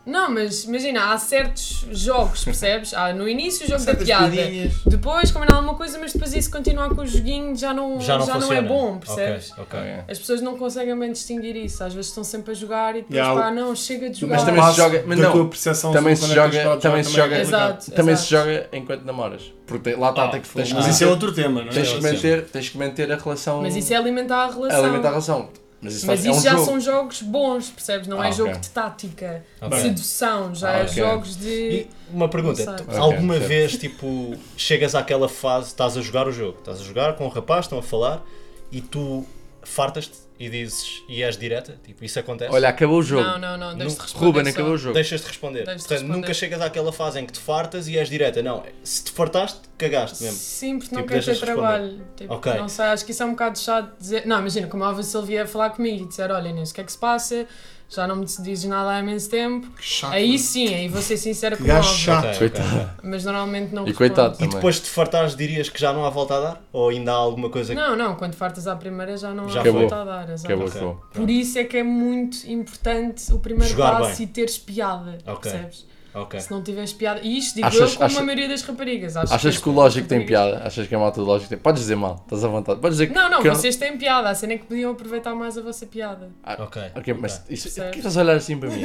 Speaker 4: Não, mas imagina, há certos jogos, percebes? Há no início o jogo da
Speaker 3: Certas
Speaker 4: piada,
Speaker 3: piadinhas.
Speaker 4: depois combinar alguma coisa, mas depois isso continuar com o joguinho já não, já
Speaker 2: Já
Speaker 4: não,
Speaker 2: não funciona.
Speaker 4: é bom, percebes?
Speaker 2: Ok, ok.
Speaker 5: É.
Speaker 4: As pessoas não conseguem bem distinguir isso, às vezes estão sempre a jogar e depois
Speaker 3: Yeah,
Speaker 4: pá,
Speaker 3: o-
Speaker 4: não, chega de jogar.
Speaker 5: Mas também se joga. Mas
Speaker 3: da
Speaker 5: não.
Speaker 3: tua percepção sobre
Speaker 5: Também se
Speaker 3: quando é que
Speaker 5: joga-
Speaker 3: tens de
Speaker 5: também se
Speaker 3: jogar, também é
Speaker 5: joga-
Speaker 3: complicado.
Speaker 4: Exato,
Speaker 5: Também
Speaker 4: exato.
Speaker 5: se joga enquanto namoras. Porque te- lá está,
Speaker 2: Ah,
Speaker 5: tem que- tens que
Speaker 2: ah.
Speaker 3: Mas isso é
Speaker 5: manter-
Speaker 3: outro tema, não é?
Speaker 5: tens
Speaker 2: sim.
Speaker 5: que manter- tens que manter a relação.
Speaker 4: Mas isso é alimentar a relação.
Speaker 5: alimentar a relação. Mas isso,
Speaker 4: Mas
Speaker 5: é
Speaker 4: isso
Speaker 5: um
Speaker 4: já
Speaker 5: jogo.
Speaker 4: são jogos bons, percebes? Não
Speaker 5: Ah,
Speaker 4: é jogo
Speaker 5: ok.
Speaker 4: de tática,
Speaker 2: Ok.
Speaker 4: de sedução, já
Speaker 5: Ah,
Speaker 4: é
Speaker 5: ok.
Speaker 4: jogos de.
Speaker 2: E uma pergunta,
Speaker 4: Não sei.
Speaker 2: tu- alguma
Speaker 5: Ok, certo.
Speaker 2: vez tipo chegas àquela fase, estás a jogar o jogo, estás a jogar com o rapaz, estão a falar e tu fartas-te e dizes e és direta, tipo isso acontece?
Speaker 5: Olha, acabou o jogo.
Speaker 4: Não, não, não, deixa de responder.
Speaker 5: Ruben,
Speaker 4: só.
Speaker 5: acabou o jogo.
Speaker 2: Deixas de responder.
Speaker 4: Deixas de
Speaker 2: Portanto,
Speaker 4: responder.
Speaker 2: nunca chegas àquela fase em que te fartas e és direta. Não, se te fartaste, cagaste mesmo.
Speaker 4: Sim, porque não
Speaker 2: Tipo,
Speaker 4: quero ter
Speaker 2: deixas de
Speaker 4: trabalho. Tipo,
Speaker 2: Ok.
Speaker 4: Não sei, acho que isso é um bocado chato de dizer. Não, imagina, como a Alva Silvia ia falar comigo e dizer: Olha, Inês, o que é que se passa? Já não me dizes nada há imenso tempo.
Speaker 3: Que chato.
Speaker 4: aí sim, aí vou ser sincera
Speaker 3: Tá Que
Speaker 4: com a
Speaker 3: gajo
Speaker 4: Alva.
Speaker 2: Ok,
Speaker 3: chato.
Speaker 2: ok.
Speaker 5: Coitado.
Speaker 4: Mas normalmente não
Speaker 5: E
Speaker 4: respondo.
Speaker 5: coitado
Speaker 2: E
Speaker 5: também.
Speaker 2: depois de te fartares dirias que já não há volta a dar? Ou ainda há alguma coisa que.
Speaker 4: Não, não, quando fartas à primeira já não
Speaker 2: Já
Speaker 4: há
Speaker 5: Acabou.
Speaker 4: volta a dar. exato.
Speaker 5: Acabou,
Speaker 2: Ok.
Speaker 5: acabou.
Speaker 4: Por isso é que é muito importante o primeiro
Speaker 2: Jogar
Speaker 4: passo
Speaker 2: bem.
Speaker 4: e teres piada,
Speaker 2: Ok.
Speaker 4: percebes?
Speaker 2: Ok.
Speaker 4: Se não tiveres piada, e isto digo
Speaker 5: Achas-
Speaker 4: eu como
Speaker 5: acha-
Speaker 4: a maioria das raparigas. Acho
Speaker 5: Achas que o lógico tem piada? Achas que a malta do lógico tem. Podes dizer mal, estás à vontade. Podes dizer que.
Speaker 4: Não, não,
Speaker 5: que eu
Speaker 4: vocês têm piada, a cena é que podiam aproveitar mais a vossa piada.
Speaker 5: Ah,
Speaker 2: Ok,
Speaker 5: Ok, mas
Speaker 2: ok.
Speaker 5: isso. Por
Speaker 4: Percebes?
Speaker 5: que estás a olhar assim para mim?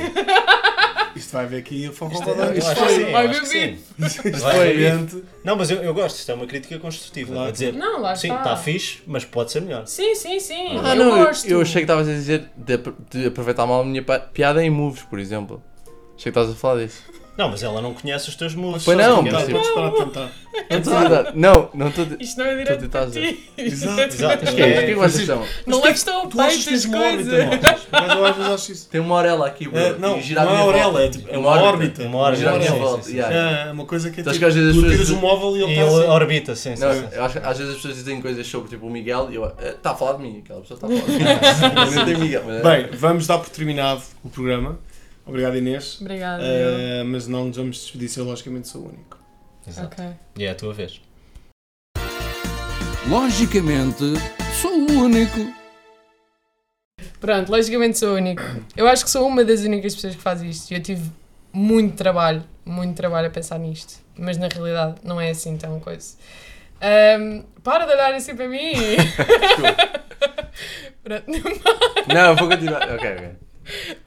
Speaker 3: Isto vai ver aqui a forma
Speaker 2: é-
Speaker 4: é-
Speaker 2: Eu acho que
Speaker 3: Isto
Speaker 2: sim, eu
Speaker 4: Vai
Speaker 2: acho que
Speaker 4: beber.
Speaker 2: sim.
Speaker 3: foi.
Speaker 2: Não, mas eu, eu gosto, isto é uma crítica construtiva.
Speaker 3: Claro.
Speaker 2: A dizer,
Speaker 4: Não, lá
Speaker 2: sim, tá
Speaker 4: está.
Speaker 2: está fixe, mas pode ser melhor.
Speaker 4: Sim, sim, sim.
Speaker 5: Ah,
Speaker 4: eu
Speaker 5: não, eu,
Speaker 4: gosto.
Speaker 5: eu achei que estavas a dizer de, apro- de aproveitar mal a minha pa- piada em moves, por exemplo. Achei que estavas a falar disso.
Speaker 2: Não, mas ela não conhece os teus moves.
Speaker 5: Pois não,
Speaker 3: Tá,
Speaker 5: mas tipo,
Speaker 3: podes parar de tentar.
Speaker 5: não estou a dar- Não, não estou a dizer.
Speaker 4: Isto não é
Speaker 5: Tudo
Speaker 4: direto para
Speaker 5: estás a
Speaker 4: ti.
Speaker 3: Exato,
Speaker 2: Exato,
Speaker 5: O que é que
Speaker 2: é,
Speaker 5: vocês chamam?
Speaker 4: Não leves tão ao
Speaker 3: Tu achas
Speaker 4: peito
Speaker 3: que tens
Speaker 4: as
Speaker 3: uma órbita,
Speaker 4: coisas.
Speaker 3: não? Mas eu às vezes acho isso.
Speaker 5: Tem uma orelha aqui, bro.
Speaker 3: É, não,
Speaker 5: e girar
Speaker 3: não é
Speaker 5: a minha
Speaker 3: orelha,
Speaker 5: volta.
Speaker 3: é tipo- é uma órbita.
Speaker 5: Uma
Speaker 2: uma hora
Speaker 5: Girar a minha
Speaker 2: sim, sim,
Speaker 5: volta.
Speaker 2: sim.
Speaker 5: yeah.
Speaker 3: É uma coisa que é
Speaker 5: Então,
Speaker 3: tipo,
Speaker 5: acho que às vezes
Speaker 3: tu
Speaker 5: as
Speaker 3: tiras
Speaker 5: pessoas-
Speaker 3: um móvel e
Speaker 2: E
Speaker 3: ele está
Speaker 2: ele tá
Speaker 3: assim.
Speaker 2: orbita, sim, sim.
Speaker 5: Não,
Speaker 2: sim.
Speaker 5: eu acho- às vezes as pessoas dizem coisas sobre tipo o Miguel e eu. Está a falar de mim, aquela pessoa está a falar de mim. Não tem Miguel. mas-
Speaker 3: Bem, vamos dar por terminado o programa. Obrigado, Inês.
Speaker 4: Obrigada. eu.
Speaker 3: Eh, mas não nos vamos despedir, se eu logicamente sou o único.
Speaker 2: Exato.
Speaker 4: Ok.
Speaker 2: E é a tua vez.
Speaker 6: Logicamente, sou o único.
Speaker 4: Pronto, logicamente sou a única. Eu acho que sou uma das únicas pessoas que faz isto. Eu tive muito trabalho, muito trabalho a pensar nisto. Mas na realidade não é assim tão coisa. Ahm, para de olhar assim para mim! Pronto.
Speaker 5: Não, vou continuar. Ok, ok.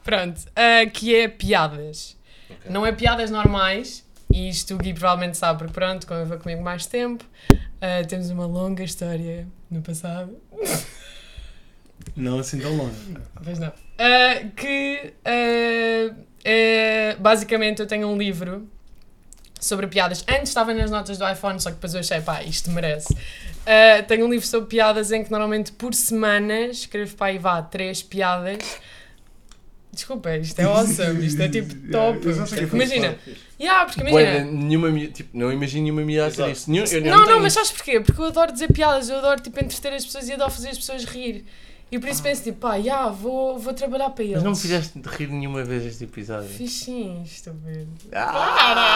Speaker 4: Pronto, ah, que é piadas. Não é piadas normais, E isto o Gui provavelmente sabe, porque pronto, conviveu comigo mais tempo. Ah, temos uma longa história no passado.
Speaker 3: Não assim tão longe.
Speaker 4: Pois não. Ah, que ah, ah, basicamente eu tenho um livro sobre piadas. Antes estava nas notas do iPhone, só que depois eu achei, pá, isto merece. Ah, tenho um livro sobre piadas em que normalmente por semana escrevo pá e vá três piadas. Desculpa, isto é awesome, isto é tipo top.
Speaker 3: Eu já sei que
Speaker 5: é
Speaker 3: foi
Speaker 4: Imagina. Yeah, porque
Speaker 5: Bué,
Speaker 4: imagina.
Speaker 5: nenhuma, mi- tipo, não imagino nenhuma miada a ter
Speaker 2: Exato.
Speaker 5: isso. Nenhum- eu
Speaker 4: é. Não, não,
Speaker 5: tenho
Speaker 4: mas
Speaker 5: isso.
Speaker 4: sabes porquê? Porque eu adoro dizer piadas, eu adoro tipo, entreter as pessoas e adoro fazer as pessoas rir. E por isso penso tipo, pá, já, vou, vou trabalhar para eles.
Speaker 5: Ah. Mas não me fizeste rir nenhuma vez este episódio.
Speaker 4: Fiz sim, estúpido.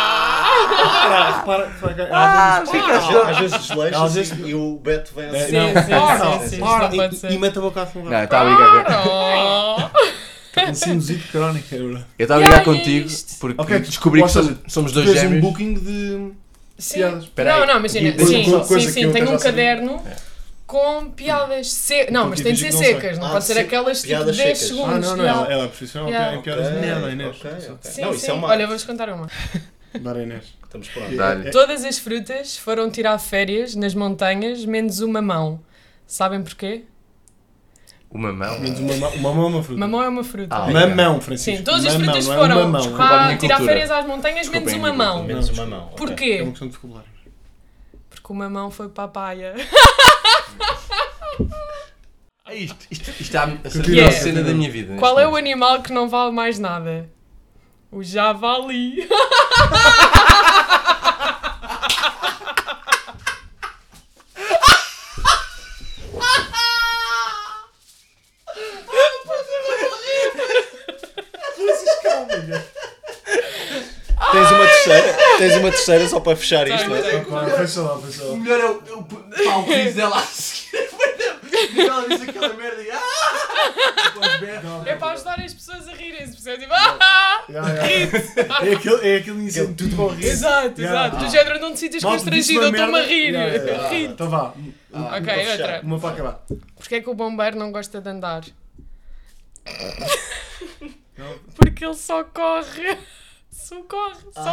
Speaker 3: Para, repara, repara, que-
Speaker 5: Ah,
Speaker 3: às vezes-
Speaker 5: fica
Speaker 2: Às- Às vezes
Speaker 3: assim, Às
Speaker 2: desleixas
Speaker 3: vezes-
Speaker 2: e o Beto vem
Speaker 3: É,
Speaker 2: assim.
Speaker 3: não,
Speaker 4: sim,
Speaker 3: para,
Speaker 4: sim, sim, isto
Speaker 3: para,
Speaker 4: não pode
Speaker 3: e-
Speaker 4: ser.
Speaker 3: e, mete a boca assim. a fundo.
Speaker 5: Não, eu estava a ligar com-
Speaker 4: Oh,
Speaker 3: é Um sinusite crónica, bro.
Speaker 5: eu estava a ligar
Speaker 4: Ai,
Speaker 5: contigo
Speaker 4: isto.
Speaker 5: porque
Speaker 3: Ok,
Speaker 5: descobri
Speaker 3: ou
Speaker 5: que
Speaker 3: seja,
Speaker 5: somos, somos dois
Speaker 3: Fez um
Speaker 5: gêmeos.
Speaker 3: booking de
Speaker 4: sim.
Speaker 3: piadas.
Speaker 5: Espera aí.
Speaker 4: Não, não, imagina.
Speaker 5: E depois
Speaker 4: Sim,
Speaker 3: co- coisa
Speaker 4: sim,
Speaker 3: que eu
Speaker 4: sim, tenho
Speaker 3: já
Speaker 4: um
Speaker 3: sabia.
Speaker 4: caderno com piadas secas. Não,
Speaker 3: Então,
Speaker 4: mas
Speaker 3: tipo,
Speaker 4: tem de
Speaker 3: diz que não
Speaker 4: ser
Speaker 3: sei.
Speaker 4: secas, não
Speaker 2: Ah,
Speaker 4: pode ser
Speaker 2: se-
Speaker 4: aquelas tipo
Speaker 2: piadas
Speaker 4: 10
Speaker 2: secas.
Speaker 4: segundos.
Speaker 3: Ah, não, não,
Speaker 4: yeah.
Speaker 3: ela, ela é profissional
Speaker 4: Yeah.
Speaker 3: em piadas de merda, é, Inês.
Speaker 2: Ok, ok.
Speaker 4: Sim,
Speaker 2: Não, isso
Speaker 4: sim.
Speaker 2: é uma.
Speaker 4: Olha, vou-vos contar uma.
Speaker 3: Bora, Inês.
Speaker 2: Estamos prontos.
Speaker 5: Dá-lhe.
Speaker 4: Todas as frutas foram tirar férias nas montanhas, menos o mamão. Sabem porquê?
Speaker 5: O mamão.
Speaker 3: Menos uma mão, uma mão, uma fruta.
Speaker 4: Mamão é uma fruta.
Speaker 5: Ah,
Speaker 3: Mamão, Francisco.
Speaker 4: Sim, todas as
Speaker 3: Mamão,
Speaker 4: frutas
Speaker 3: não é um
Speaker 4: foram
Speaker 3: mamão,
Speaker 4: desculpa,
Speaker 3: é
Speaker 5: a
Speaker 4: a
Speaker 5: minha
Speaker 4: tirar
Speaker 5: cultura.
Speaker 4: férias às montanhas,
Speaker 5: Desculpa
Speaker 4: menos
Speaker 5: a
Speaker 4: o
Speaker 5: minha
Speaker 4: mamão.
Speaker 5: cultura.
Speaker 2: Menos uma mão. ok.
Speaker 3: uma- é uma
Speaker 4: Porquê?
Speaker 3: questão de vocabulário.
Speaker 4: Porque o mamão foi papaya.
Speaker 5: Ah, Isto, isto, isto é a, a ser a
Speaker 4: Yeah.
Speaker 5: melhor cena da minha vida.
Speaker 4: Qual
Speaker 5: neste
Speaker 4: é o
Speaker 5: momento.
Speaker 4: animal que não vale mais nada? O javali.
Speaker 2: Tens uma terceira? Tens uma terceira só para fechar isto.
Speaker 4: Tenho,
Speaker 2: é?
Speaker 4: tenho.
Speaker 3: Claro, fecha lá, fecha
Speaker 5: O
Speaker 3: lá.
Speaker 5: melhor é o, é o, pá, o riso dela a seguir. quando Ela diz aquela merda e. Ah! Depois berra.
Speaker 4: É para ajudar as pessoas a rirem-se, percebes? Tipo, ah,
Speaker 3: Yeah, yeah. É aquele, é aquele incêndio tudo para o rir.
Speaker 4: Exato,
Speaker 3: Yeah.
Speaker 4: exato. Do género não te sintas
Speaker 3: Malta, disse
Speaker 4: constrangido,
Speaker 3: uma
Speaker 4: eu estou-me a
Speaker 3: merda.
Speaker 4: rir.
Speaker 3: Yeah, yeah, yeah.
Speaker 4: Rir.
Speaker 3: Então vá,
Speaker 4: Ok,
Speaker 2: vou fechar.
Speaker 4: outra.
Speaker 3: uma para acabar.
Speaker 4: Porquê é que o bombeiro não gosta de andar?
Speaker 3: Não.
Speaker 4: Porque ele só corre. Socorre, socorre.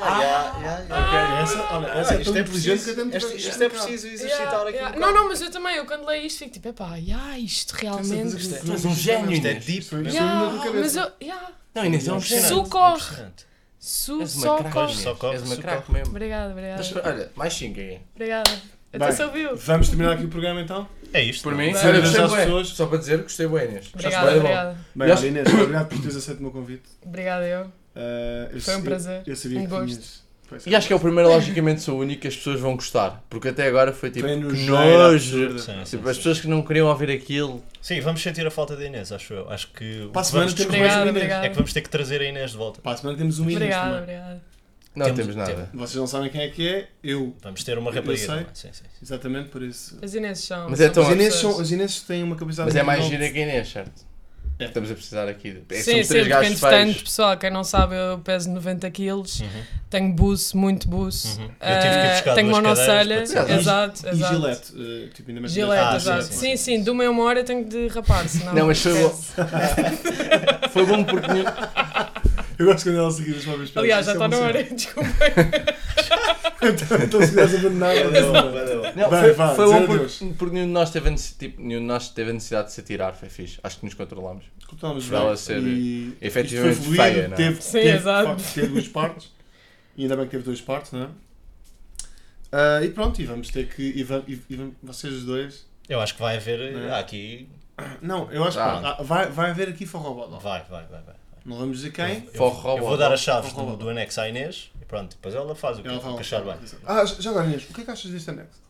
Speaker 2: Ah, yeah, yeah, yeah.
Speaker 3: Essa, olha, essa
Speaker 2: Ah,
Speaker 3: é tão inteligente que eu tenho
Speaker 2: isto- isto é preciso exercitar
Speaker 4: Yeah,
Speaker 2: aqui.
Speaker 4: yeah.
Speaker 2: um
Speaker 4: Não,
Speaker 2: bocado.
Speaker 4: não, mas eu também, eu quando leio isto fico tipo, epá, yeah, isto realmente.
Speaker 5: Tu és um gênio,
Speaker 2: Isto é
Speaker 5: Inês.
Speaker 2: deep.
Speaker 3: Isto é
Speaker 4: Yeah,
Speaker 3: uma dor de
Speaker 4: mas
Speaker 3: cabeça.
Speaker 4: eu. Yeah.
Speaker 5: Não, Inês, é um gênio.
Speaker 4: Socorre,
Speaker 2: Impressionante.
Speaker 4: su,
Speaker 5: És uma
Speaker 4: socorre.
Speaker 5: craque. Inês.
Speaker 2: Só corre,
Speaker 5: És uma
Speaker 2: só
Speaker 5: craque
Speaker 2: corre.
Speaker 5: mesmo.
Speaker 4: Obrigada, obrigada,
Speaker 5: Mas, Olha, mais 5 aqui.
Speaker 4: obrigada. Até
Speaker 3: Bem,
Speaker 4: se ouviu.
Speaker 3: Vamos terminar aqui o programa então?
Speaker 2: É isto.
Speaker 5: Por mim,
Speaker 3: Sim,
Speaker 5: olha,
Speaker 3: mas
Speaker 5: gostei
Speaker 3: as
Speaker 5: bué.
Speaker 3: pessoas-
Speaker 5: Só para dizer, gostei bem, Inês.
Speaker 4: Obrigada,
Speaker 5: Achaste bué da bom.
Speaker 4: obrigada.
Speaker 3: Bem,
Speaker 5: Nós-
Speaker 3: olha, Inês, obrigado por teres aceito o meu convite.
Speaker 4: Obrigada eu.
Speaker 3: Uh, eu
Speaker 4: Foi um
Speaker 3: sa-
Speaker 4: prazer,
Speaker 3: Eu, eu sabia
Speaker 4: um
Speaker 3: que
Speaker 4: gosto.
Speaker 3: tinhas. Pois é.
Speaker 5: E acho que é o primeiro, logicamente, sou o único que as pessoas vão gostar. Porque até agora foi tipo,
Speaker 3: Foi
Speaker 5: que
Speaker 3: nojeira
Speaker 5: nojo.
Speaker 3: absurda.
Speaker 2: Sim, sim,
Speaker 5: Tipo, as
Speaker 2: sim.
Speaker 5: pessoas que não queriam ouvir aquilo.
Speaker 2: Sim, vamos sentir a falta da Inês, acho eu. Acho que o
Speaker 3: Para a
Speaker 2: que vamos
Speaker 3: semana temos
Speaker 2: descobrir
Speaker 3: mais um
Speaker 4: Obrigada,
Speaker 3: Inês.
Speaker 4: obrigada.
Speaker 2: é que vamos ter que trazer a Inês de volta.
Speaker 3: Para a semana temos um Inês
Speaker 4: Obrigada,
Speaker 3: também.
Speaker 4: obrigada.
Speaker 5: Não
Speaker 2: Temos-
Speaker 5: temos nada.
Speaker 3: Vocês não sabem quem é que é? Eu.
Speaker 2: Vamos ter uma
Speaker 3: Eu
Speaker 2: rapariga.
Speaker 3: sei.
Speaker 2: também, Sim, sim. sim.
Speaker 3: Exatamente, por isso.
Speaker 4: As Inês são.
Speaker 5: Mas é
Speaker 4: são
Speaker 5: tão-
Speaker 3: Os
Speaker 4: boas
Speaker 3: Inês,
Speaker 4: pessoas.
Speaker 3: são, os Inês têm uma capacidade
Speaker 5: Mas é
Speaker 3: muito
Speaker 5: mais
Speaker 3: nova.
Speaker 5: gira que a Inês, certo?
Speaker 3: É.
Speaker 5: Estamos a precisar aqui. De... é,
Speaker 4: Sim,
Speaker 5: São
Speaker 4: sim,
Speaker 5: três
Speaker 4: porque
Speaker 5: gajos
Speaker 4: entretanto,
Speaker 5: feios.
Speaker 4: pessoal, quem não sabe, eu peso 90 quilos, tenho buço, muito buço,
Speaker 2: Uhum. Eu tive que ir
Speaker 4: eh,
Speaker 2: buscar
Speaker 4: tenho
Speaker 2: duas
Speaker 4: monocelha,
Speaker 2: cadeiras para
Speaker 5: te-
Speaker 4: exato,
Speaker 3: E
Speaker 4: exato.
Speaker 3: Gillette. eh, tipo, ainda mais
Speaker 4: Gillette,
Speaker 2: Ah, sim,
Speaker 4: exato.
Speaker 2: sim,
Speaker 4: Sim,
Speaker 2: sim,
Speaker 4: sim,
Speaker 2: sim.
Speaker 4: de uma em uma hora tenho de rapar, senão...
Speaker 5: Não, mas foi bom.
Speaker 4: esquece.
Speaker 5: Foi bom porque. nenhum-
Speaker 3: Eu gosto quando ela se rir das próprias piadas.
Speaker 4: Aliás, já
Speaker 3: Isso é
Speaker 4: está na
Speaker 3: bom
Speaker 4: hora, desculpa.
Speaker 3: sinal. Então, se quiseres abandonar,
Speaker 2: Vai, vai, vai.
Speaker 5: Não,
Speaker 3: Vai,
Speaker 5: foi,
Speaker 3: vá,
Speaker 5: foi
Speaker 3: dizer
Speaker 5: bom
Speaker 3: adeus.
Speaker 5: porque, porque nenhum de nós teve a necess- tipo, nenhum de nós teve a necessidade de se atirar, foi fixe. Acho que nos controlámos.
Speaker 3: Escutámos
Speaker 5: Ela
Speaker 3: bem.
Speaker 5: ser
Speaker 3: E
Speaker 5: efetivamente
Speaker 3: isto foi fluido,
Speaker 5: feia, não é?
Speaker 3: Teve,
Speaker 4: Sim,
Speaker 3: teve,
Speaker 4: exato.
Speaker 3: de facto, teve duas partes. E ainda bem que teve duas partes, não é? Ah, e pronto, e vamos ter que. E, va- e- e vamos- vocês os dois.
Speaker 2: Eu acho que vai haver.
Speaker 3: Não é?
Speaker 2: ah, aqui.
Speaker 3: Não, eu acho que.
Speaker 5: Ah.
Speaker 3: ah, vai, vai haver aqui forrobó.
Speaker 2: Vai, vai, vai. vai.
Speaker 3: Não vamos dizer quem.
Speaker 2: Eu,
Speaker 5: Forró,
Speaker 2: eu vou dar as chaves
Speaker 3: Forró,
Speaker 2: do, do anexo à Inês e pronto, depois ela faz o que,
Speaker 3: Ela fala.
Speaker 2: o que achar bem.
Speaker 3: Ah, já agora, Inês, o que é que achas deste anexo?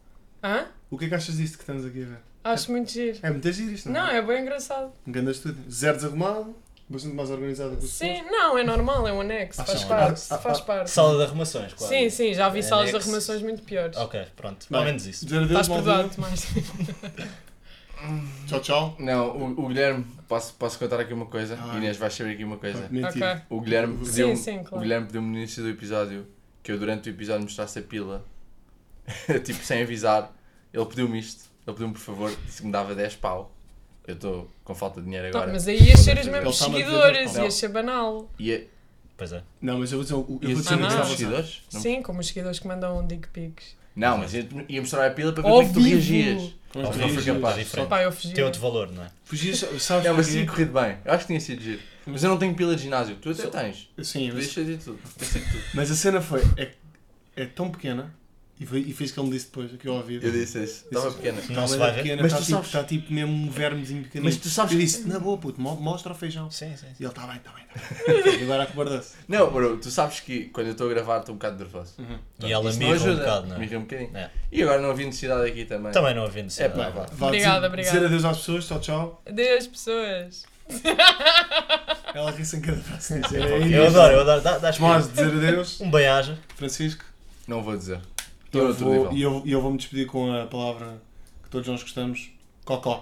Speaker 4: Hã?
Speaker 3: O que é que achas disto que estamos aqui a ver?
Speaker 4: Acho muito giro.
Speaker 3: É muito giro isto,
Speaker 4: Não, é bem engraçado.
Speaker 3: Um grande estúdio. Zero desarrumado, bastante mais organizado que o
Speaker 4: Sim, não, é normal, é um anexo,
Speaker 3: Ah,
Speaker 4: faz
Speaker 2: sim,
Speaker 4: parte,
Speaker 3: anexo. Ah,
Speaker 4: faz
Speaker 3: ah,
Speaker 4: parte.
Speaker 2: Sala de arrumações, claro. É
Speaker 4: Sim, sim, já vi salas de
Speaker 2: Anexo.
Speaker 4: arrumações muito piores. Tá
Speaker 2: Ok, pronto. Pelo menos isso.
Speaker 3: Dizer adeus,
Speaker 4: Estás
Speaker 3: malvinha.
Speaker 4: perdoado, Tomás.
Speaker 3: Tchau, tchau.
Speaker 5: Não, o, o Guilherme, posso, posso contar aqui uma coisa?
Speaker 3: Ah.
Speaker 5: Inês, vais saber aqui uma coisa.
Speaker 3: Mentira.
Speaker 4: Ok.
Speaker 5: O Guilherme
Speaker 3: Sim,
Speaker 5: pediu-me
Speaker 4: sim, claro.
Speaker 5: o Guilherme pediu no início do episódio que eu durante o episódio mostrasse a pila, tipo sem avisar. Ele pediu-me isto, ele pediu-me por favor, disse que me dava 10 pau. Eu estou com falta de dinheiro
Speaker 4: Não,
Speaker 5: agora.
Speaker 4: Então, mas aí ias ser os
Speaker 5: Ele
Speaker 4: mesmos
Speaker 3: está-me a dizer
Speaker 4: seguidores,
Speaker 5: não.
Speaker 4: ias ser banal.
Speaker 5: E é-
Speaker 2: Pois é.
Speaker 3: Não, mas eu vou dizer o
Speaker 5: Ias
Speaker 3: eu vou dizer
Speaker 5: dizer
Speaker 3: o que estava
Speaker 5: que
Speaker 3: a
Speaker 5: são
Speaker 4: não.
Speaker 3: pensar.
Speaker 5: seguidores? Não.
Speaker 4: Sim, como os seguidores que mandam dick pics.
Speaker 5: Não, mas eu ia mostrar a pila para ver
Speaker 4: Ao
Speaker 5: como é que tu
Speaker 4: vivo.
Speaker 5: reagias.
Speaker 3: Como é
Speaker 5: Ou
Speaker 3: que
Speaker 5: não foi
Speaker 3: reagias?
Speaker 5: capaz.
Speaker 2: Diferente.
Speaker 4: Pá, eu fugi.
Speaker 2: Tem outro valor, não é?
Speaker 3: Fugias, sabes
Speaker 5: Não, mas
Speaker 3: porquê?
Speaker 5: tinha corrido bem. Eu acho que tinha sido giro. Mas eu não tenho pila de ginásio. Tu até tens.
Speaker 3: Sim,
Speaker 5: Tu
Speaker 3: mas
Speaker 5: Deixa de tudo. Eu sei tudo.
Speaker 3: Mas a cena foi, é, é tão pequena, e foi, e foi isso que ele me disse depois, que eu ouvi.
Speaker 5: Eu disse isso. Estava pequena.
Speaker 2: Não se
Speaker 3: Ela
Speaker 2: vai
Speaker 3: é
Speaker 2: ver.
Speaker 3: pequena,
Speaker 5: Mas
Speaker 3: está
Speaker 5: tu
Speaker 3: tipo,
Speaker 5: sabes-
Speaker 3: tá tipo mesmo um vermezinho pequenino.
Speaker 5: Mas tu sabes
Speaker 3: Eu
Speaker 5: que-
Speaker 3: disse, na boa puto, mo- mostra o feijão.
Speaker 2: Sim, sim.
Speaker 3: E ele, está bem, está bem, está bem. E agora acobardou-se.
Speaker 5: Não, bro, tu sabes que quando eu estou a gravar estou um bocado nervoso.
Speaker 2: E ela
Speaker 5: Isso
Speaker 2: mirra um bocado, não é?
Speaker 5: Mirra um bocadinho.
Speaker 2: É.
Speaker 5: E agora não havia necessidade aqui também.
Speaker 2: Também não havia
Speaker 5: É
Speaker 2: necessidade.
Speaker 5: pá, vá.
Speaker 3: Vá
Speaker 4: Obrigada,
Speaker 3: dizer,
Speaker 4: obrigada.
Speaker 3: dizer adeus às pessoas, tchau, tchau.
Speaker 4: Deus, pessoas.
Speaker 3: Ela ri-se em cada frase. Dizer,
Speaker 2: Eu adoro, eu adoro. Dá- Dás
Speaker 3: Tomás,
Speaker 2: por-
Speaker 3: dizer adeus.
Speaker 2: um beijo.
Speaker 3: Francisco.
Speaker 5: Não vou dizer.
Speaker 3: E
Speaker 5: Estou
Speaker 3: eu
Speaker 5: noutro
Speaker 3: vou-
Speaker 5: nível.
Speaker 3: e eu, e eu vou-me despedir com a palavra que todos nós gostamos. Cocó.